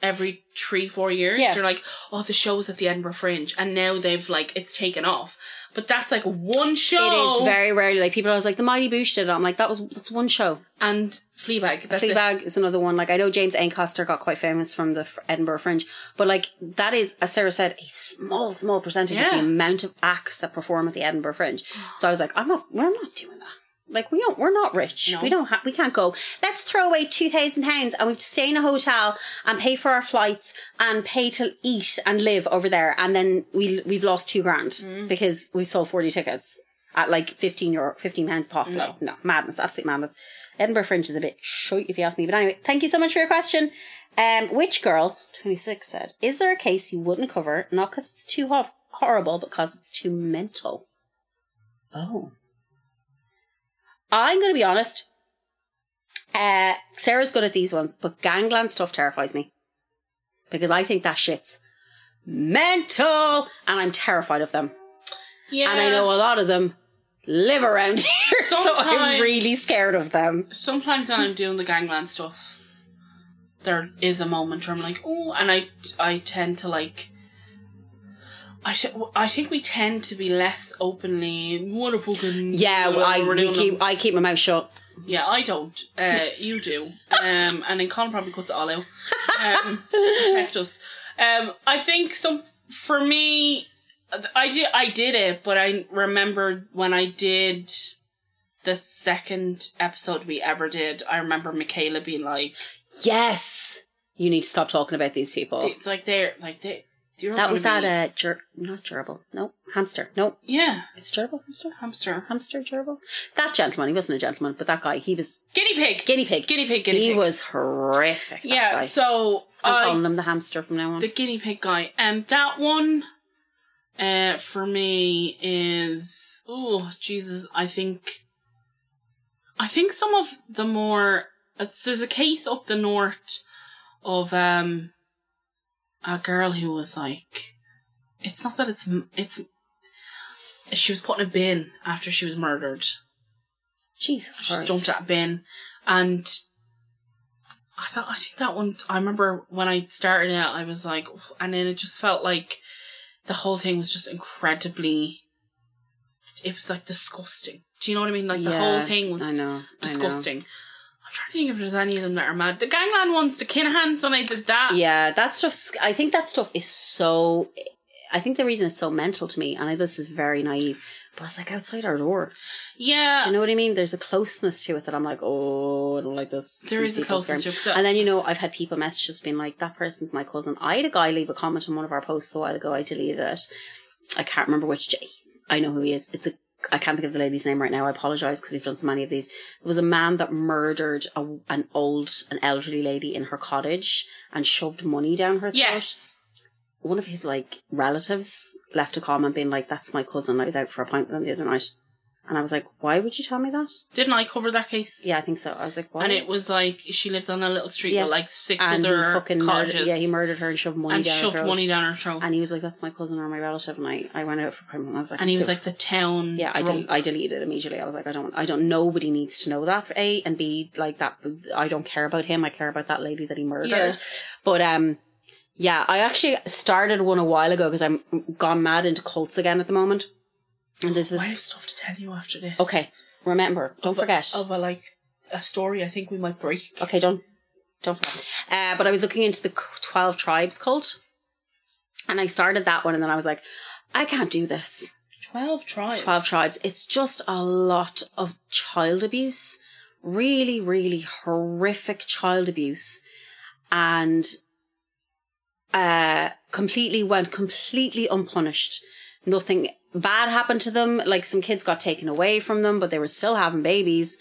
S3: every three, four years.
S2: Yeah.
S3: You're like, oh, the show's at the Edinburgh Fringe, and now they've like it's taken off. But that's like one show.
S2: It is very rarely like people are always like the Mighty Boosh did it. I'm like that was that's one show.
S3: and Fleabag. That's it.
S2: Fleabag is another one. Like I know James Ancaster got quite famous from the Fr- Edinburgh Fringe, but like that is, as Sarah said, a small, small percentage of the
S3: Yeah.
S2: amount of acts that perform at the Edinburgh Fringe. So I was like, I'm not, we're not doing that. Like we don't, we're not rich. We don't, ha- we can't go. Let's throw away two thousand pounds and we have to stay in a hotel and pay for our flights and pay to eat and live over there, and then we we've lost two grand
S3: Mm.
S2: because we sold forty tickets at like fifteen euro, fifteen pounds pop. Like, no, madness, absolute madness. Edinburgh Fringe is a bit shite if you ask me. But anyway, thank you so much for your question. Um, Witch Girl twenty six said, "Is there a case you wouldn't cover? Not because it's too ho- horrible, but because it's too mental." Oh, I'm going to be honest. Uh, Sarah's good at these ones, but gangland stuff terrifies me because I think that shit's mental, and I'm terrified of them.
S3: Yeah.
S2: And I know a lot of them live around here, so I'm
S3: Sometimes-
S2: really scared of them.
S3: sometimes when I'm doing the gangland stuff, there is a moment where I'm like, oh, and I I tend to like. I, th- I think we tend to be less openly what a fucking
S2: Yeah, well, I
S3: we're
S2: we
S3: doing
S2: keep I keep my mouth shut.
S3: them." yeah I don't uh you do um and then Colin probably cuts it all out um, protect us um I think some for me I did I did it but I remember when I did the second episode we ever did I remember Michaela being like
S2: Yes, you need to stop talking about these people.
S3: It's like they're like they. You're
S2: Oh. That
S3: gonna
S2: was
S3: be,
S2: that uh, ger- not gerbil. No hamster. No,
S3: yeah
S2: is it gerbil? Hamster.
S3: hamster
S2: Hamster gerbil. That gentleman. He wasn't a gentleman, but that guy. He was
S3: guinea pig
S2: guinea pig.
S3: guinea pig guinea
S2: he
S3: pig.
S2: was horrific. That
S3: yeah.
S2: guy.
S3: So
S2: I'm calling
S3: I
S2: them the hamster from now on.
S3: the guinea pig guy and that one, uh, for me is oh Jesus I think, I think some of the more it's, there's a case up the north of um a girl who was like it's not that it's m- it's she was put in a bin after she was murdered
S2: Jesus
S3: just
S2: Christ.
S3: dumped that bin. And I thought, I think that one, I remember when I started out, I was like, and then it just felt like the whole thing was just incredibly, it was like disgusting. Do you know what I mean? Like the
S2: Yeah,
S3: whole thing was
S2: I know. I know.
S3: disgusting. I'm trying to think if there's any of them that are mad. The gangland ones, the Kinahans, when I did that.
S2: Yeah, that stuff's. I think that stuff is so. I think the reason it's so mental to me, and I, this is very naive, but it's like outside our door.
S3: Yeah.
S2: Do you know what I mean? There's a closeness to it that I'm like, oh, I don't like this.
S3: There
S2: These
S3: is a
S2: people
S3: closeness
S2: scare me.
S3: to it.
S2: And then you know, I've had people message us being like, "That person's my cousin." I had a guy leave a comment on one of our posts a while ago. I deleted it. I can't remember which. J- I know who he is. It's a. I can't think of the lady's name right now. I apologize because we've done so many of these. There was a man that murdered a, an old, an elderly lady in her cottage and shoved money down her throat
S3: yes.
S2: one of his like relatives left a comment being like, "That's my cousin. I was out for a pint with him the other night," and I was like, "Why would you tell me that?"
S3: Didn't I cover that case?
S2: Yeah, I think so. I was like, "Why?"
S3: And it was like, she lived on a little street
S2: Yeah.
S3: with like six
S2: And
S3: other
S2: he fucking
S3: cottages.
S2: murdered. Yeah, he murdered her and shoved money
S3: and
S2: down her
S3: shoved
S2: throat.
S3: money down her throat.
S2: And he was like, "That's my cousin or my relative," and I, I went out for a pint and I was like,
S3: and he was
S2: "Ugh."
S3: like the town.
S2: "Yeah, I,
S3: drunk.
S2: del- I deleted it immediately. I was like, I don't, I don't. Nobody needs to know that. A and B, like that. I don't care about him. I care about that lady that he murdered.
S3: Yeah.
S2: But um, yeah, I actually started one a while ago because I'm gone mad into cults again at the moment. And there's this
S3: I have stuff to tell you after this.
S2: Okay, remember, don't forget.
S3: Of a like a story, I think we might break.
S2: Okay, don't don't forget. Uh, but I was looking into the c- twelve tribes cult, and I started that one, and then I was like, I can't do this.
S3: Twelve tribes.
S2: Twelve tribes. It's just a lot of child abuse, really, really horrific child abuse, and uh, completely went completely unpunished. Nothing bad happened to them. Like some kids got taken away from them, but they were still having babies.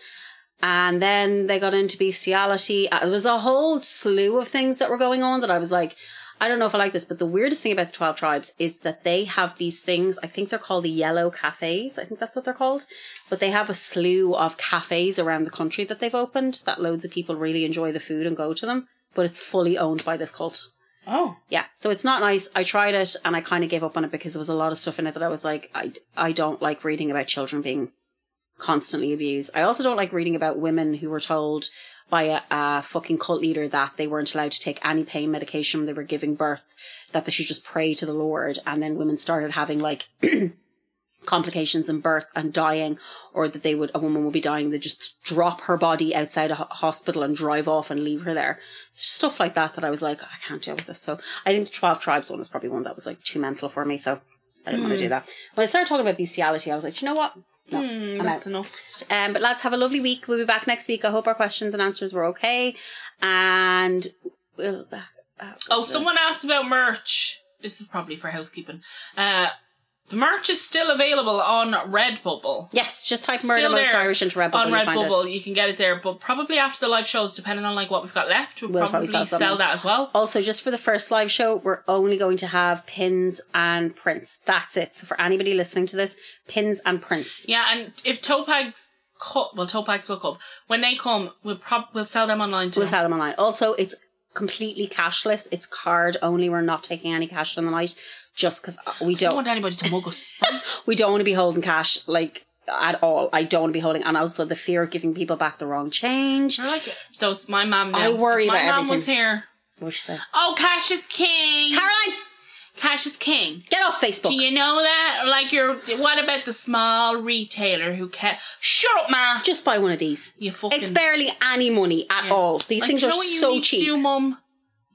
S2: And then they got into bestiality. Uh, It was a whole slew of things that were going on that I was like, I don't know if I like this, but the weirdest thing about the 12 tribes is that they have these things. I think they're called the yellow cafes. I think that's what they're called. But they have a slew of cafes around the country that they've opened that loads of people really enjoy the food and go to them. But it's fully owned by this cult.
S3: Oh,
S2: Yeah. So it's not nice. I tried it and I kind of gave up on it because there was a lot of stuff in it that I was like, I, I don't like reading about children being constantly abused. I also don't like reading about women who were told, by a, a fucking cult leader that they weren't allowed to take any pain medication when they were giving birth, that they should just pray to the Lord. And then women started having like complications in birth and dying, or that they would, a woman would be dying, they just drop her body outside a ho- hospital and drive off and leave her there. Stuff like that that I was like, I can't deal with this. So I think the 12 tribes one is probably one that was like too mental for me. So I didn't want
S3: Hmm.
S2: to do that. When I started talking about bestiality, I was like, you know what? No, I'm out.
S3: That's enough.
S2: Um, but lads, have a lovely week. We'll be back next week. I hope our questions and answers were okay. And we'll. uh,
S3: Oh, someone asked about merch. This is probably for housekeeping. Uh, the merch is still available on Redbubble.
S2: Yes, just type
S3: Still
S2: murder most
S3: there
S2: Irish into Redbubble.
S3: on
S2: you'll find it.
S3: Redbubble. You can get it there, but probably after the live shows, depending on like what we've got left, we'll,
S2: We'll
S3: probably,
S2: probably sell
S3: sell,
S2: some.
S3: that as well.
S2: Also, just for the first live show, we're only going to have pins and prints. That's it. So for anybody listening to this, pins and prints.
S3: Yeah, and if Topags cut, well, Topags will come when they come. We'll prob we'll sell them online too.
S2: We'll sell them online. Also, it's completely cashless. It's card only. We're not taking any cash on the night, just because we
S3: I don't
S2: don't
S3: want anybody to mug us.
S2: we don't want to be holding cash like at all. I don't want to be holding, and also the fear of giving people back the wrong change.
S3: They're like those. My mom. Now.
S2: I worry
S3: If my
S2: about
S3: mom was
S2: everything.
S3: here.
S2: What was she saying?
S3: Oh, cash is king.
S2: Caroline,
S3: Cash is king.
S2: get off
S3: Do
S2: Facebook.
S3: you know that? Like, you're. What about the small retailer who can't? Shut up, ma.
S2: just buy one of these.
S3: You fucking.
S2: It's barely any money at all. These
S3: Like,
S2: things
S3: do
S2: are
S3: you know what you
S2: so
S3: need
S2: cheap.
S3: To do, mum.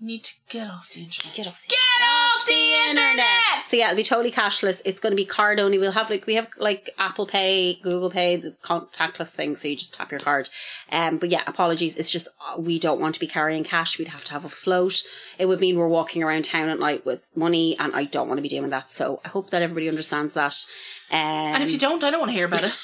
S3: You need to get off the internet.
S2: Get off the,
S3: Get off the internet!
S2: So yeah, it'll be totally cashless. It's going to be card only. We'll have like we have like Apple Pay, Google Pay, the contactless thing. So you just tap your card. Um, but yeah, apologies. It's just uh, we don't want to be carrying cash. We'd have to have a float. It would mean we're walking around town at night with money, and I don't want to be doing that. So I hope that everybody understands that. Um,
S3: And if you don't, I don't want to hear about it.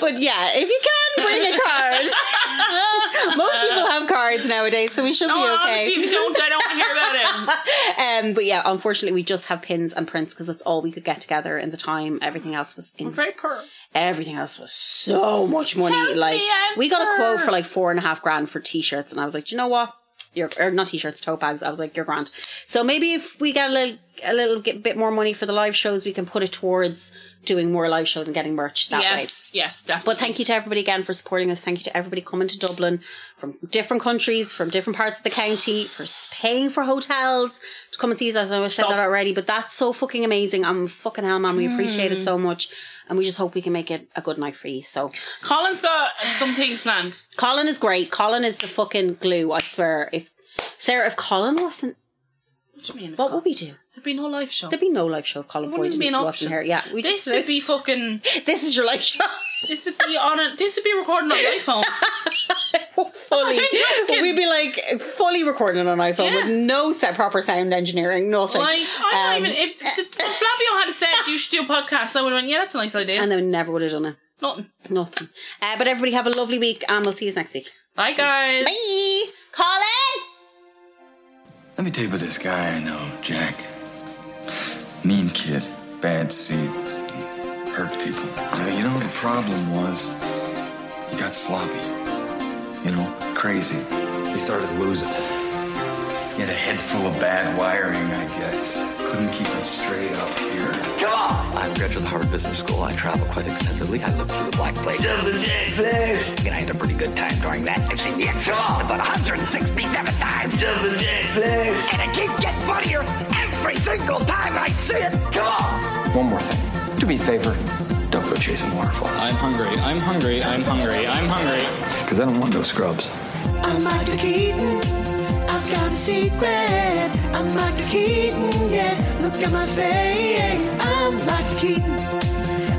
S2: but yeah, if you can bring a card, most people have cards nowadays, so we should
S3: No,
S2: be okay.
S3: honestly, if you don't, I don't want to hear about it.
S2: Um, but yeah, unfortunately, we just have pins and prints because that's all we could get together in the time. Everything else was in.
S3: We're very poor.
S2: everything else was so much money.
S3: Help me,
S2: like
S3: I'm
S2: we got a quote
S3: poor.
S2: for like four and a half grand for t-shirts, and I was like, Do you know what? Your or not t-shirts, tote bags. I was like, you're grand. So maybe if we get a little, a little get, bit more money for the live shows, we can put it towards doing more live shows and getting merch that way.
S3: Yes, yes, definitely.
S2: But thank you to everybody again for supporting us. Thank you to everybody coming to Dublin from different countries, from different parts of the county, for s- paying for hotels to come and see us. As I said
S3: Stop.
S2: that already, but that's so fucking amazing. I'm fucking hell, man. We appreciate it
S3: Hmm.
S2: so much. And we just hope we can make it a good night for you. So
S3: Colin's got some things planned.
S2: Colin is great. Colin is the fucking glue, I swear. If Sarah, if Colin wasn't,
S3: What do you mean?
S2: what would we do?
S3: There'd be no live show.
S2: There'd be no live show if Colin Foy
S3: wouldn't
S2: didn't,
S3: be an option.
S2: wasn't here. Yeah, we
S3: this
S2: just
S3: would be fucking.
S2: this is your live show.
S3: This would be on a. This would be recording on an iPhone.
S2: fully.
S3: I'm joking.
S2: We'd be like fully recording on iPhone
S3: Yeah.
S2: with no set proper sound engineering, nothing.
S3: Like I'm
S2: Um,
S3: not even. If, if Flavio had said you should do a podcast, I would have went. Yeah, that's a nice idea.
S2: and they never would have done it.
S3: Nothing.
S2: Nothing. Uh, but everybody have a lovely week, and we'll see you next week.
S3: Bye, guys.
S2: Bye, Colin.
S6: Let me tell you about this guy I know, Jack. Mean kid, bad seed, hurt people. You know, you know the problem was he got sloppy. You know, crazy.
S7: He started to lose it.
S6: He had a head full of bad wiring, I guess. Couldn't keep it straight up here.
S7: I'm a graduate of Harvard Business School. I travel quite extensively. I lived through the Black Plague. And I had a pretty good time during that. I've seen The Exorcist about 167 times. And it keeps getting funnier every single time I see it. Come on.
S6: One more thing. Do me a favor. Don't go chasing waterfalls.
S8: I'm hungry. I'm hungry. I'm hungry. I'm hungry.
S6: Because I don't want no scrubs.
S9: I'm Michael Keaton. I've got a secret. I'm Michael Keaton. Yeah, look at my face. I'm Michael Keaton.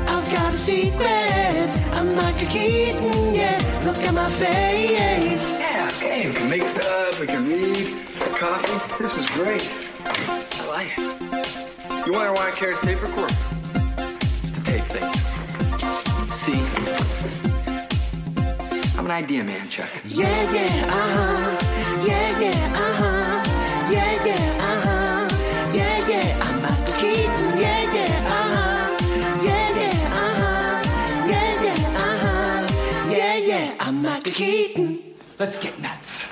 S9: I've got a secret. I'm Michael Keaton. Yeah, look at my face.
S6: Yeah, okay. We can make stuff, we can read, have coffee. This is great. I like it. You wonder why I carry this tape recorder? It's to tape things. See? I'm an idea man, Chuck.
S9: Yeah, yeah, uh-huh. Yeah, yeah, uh-huh. Yeah, yeah, uh-huh. Yeah, yeah, I'm Michael Keaton. Yeah, yeah, uh-huh. Yeah, yeah, uh-huh. Yeah, yeah, uh-huh. Yeah, yeah, I'm Michael Keaton.
S6: Let's get nuts.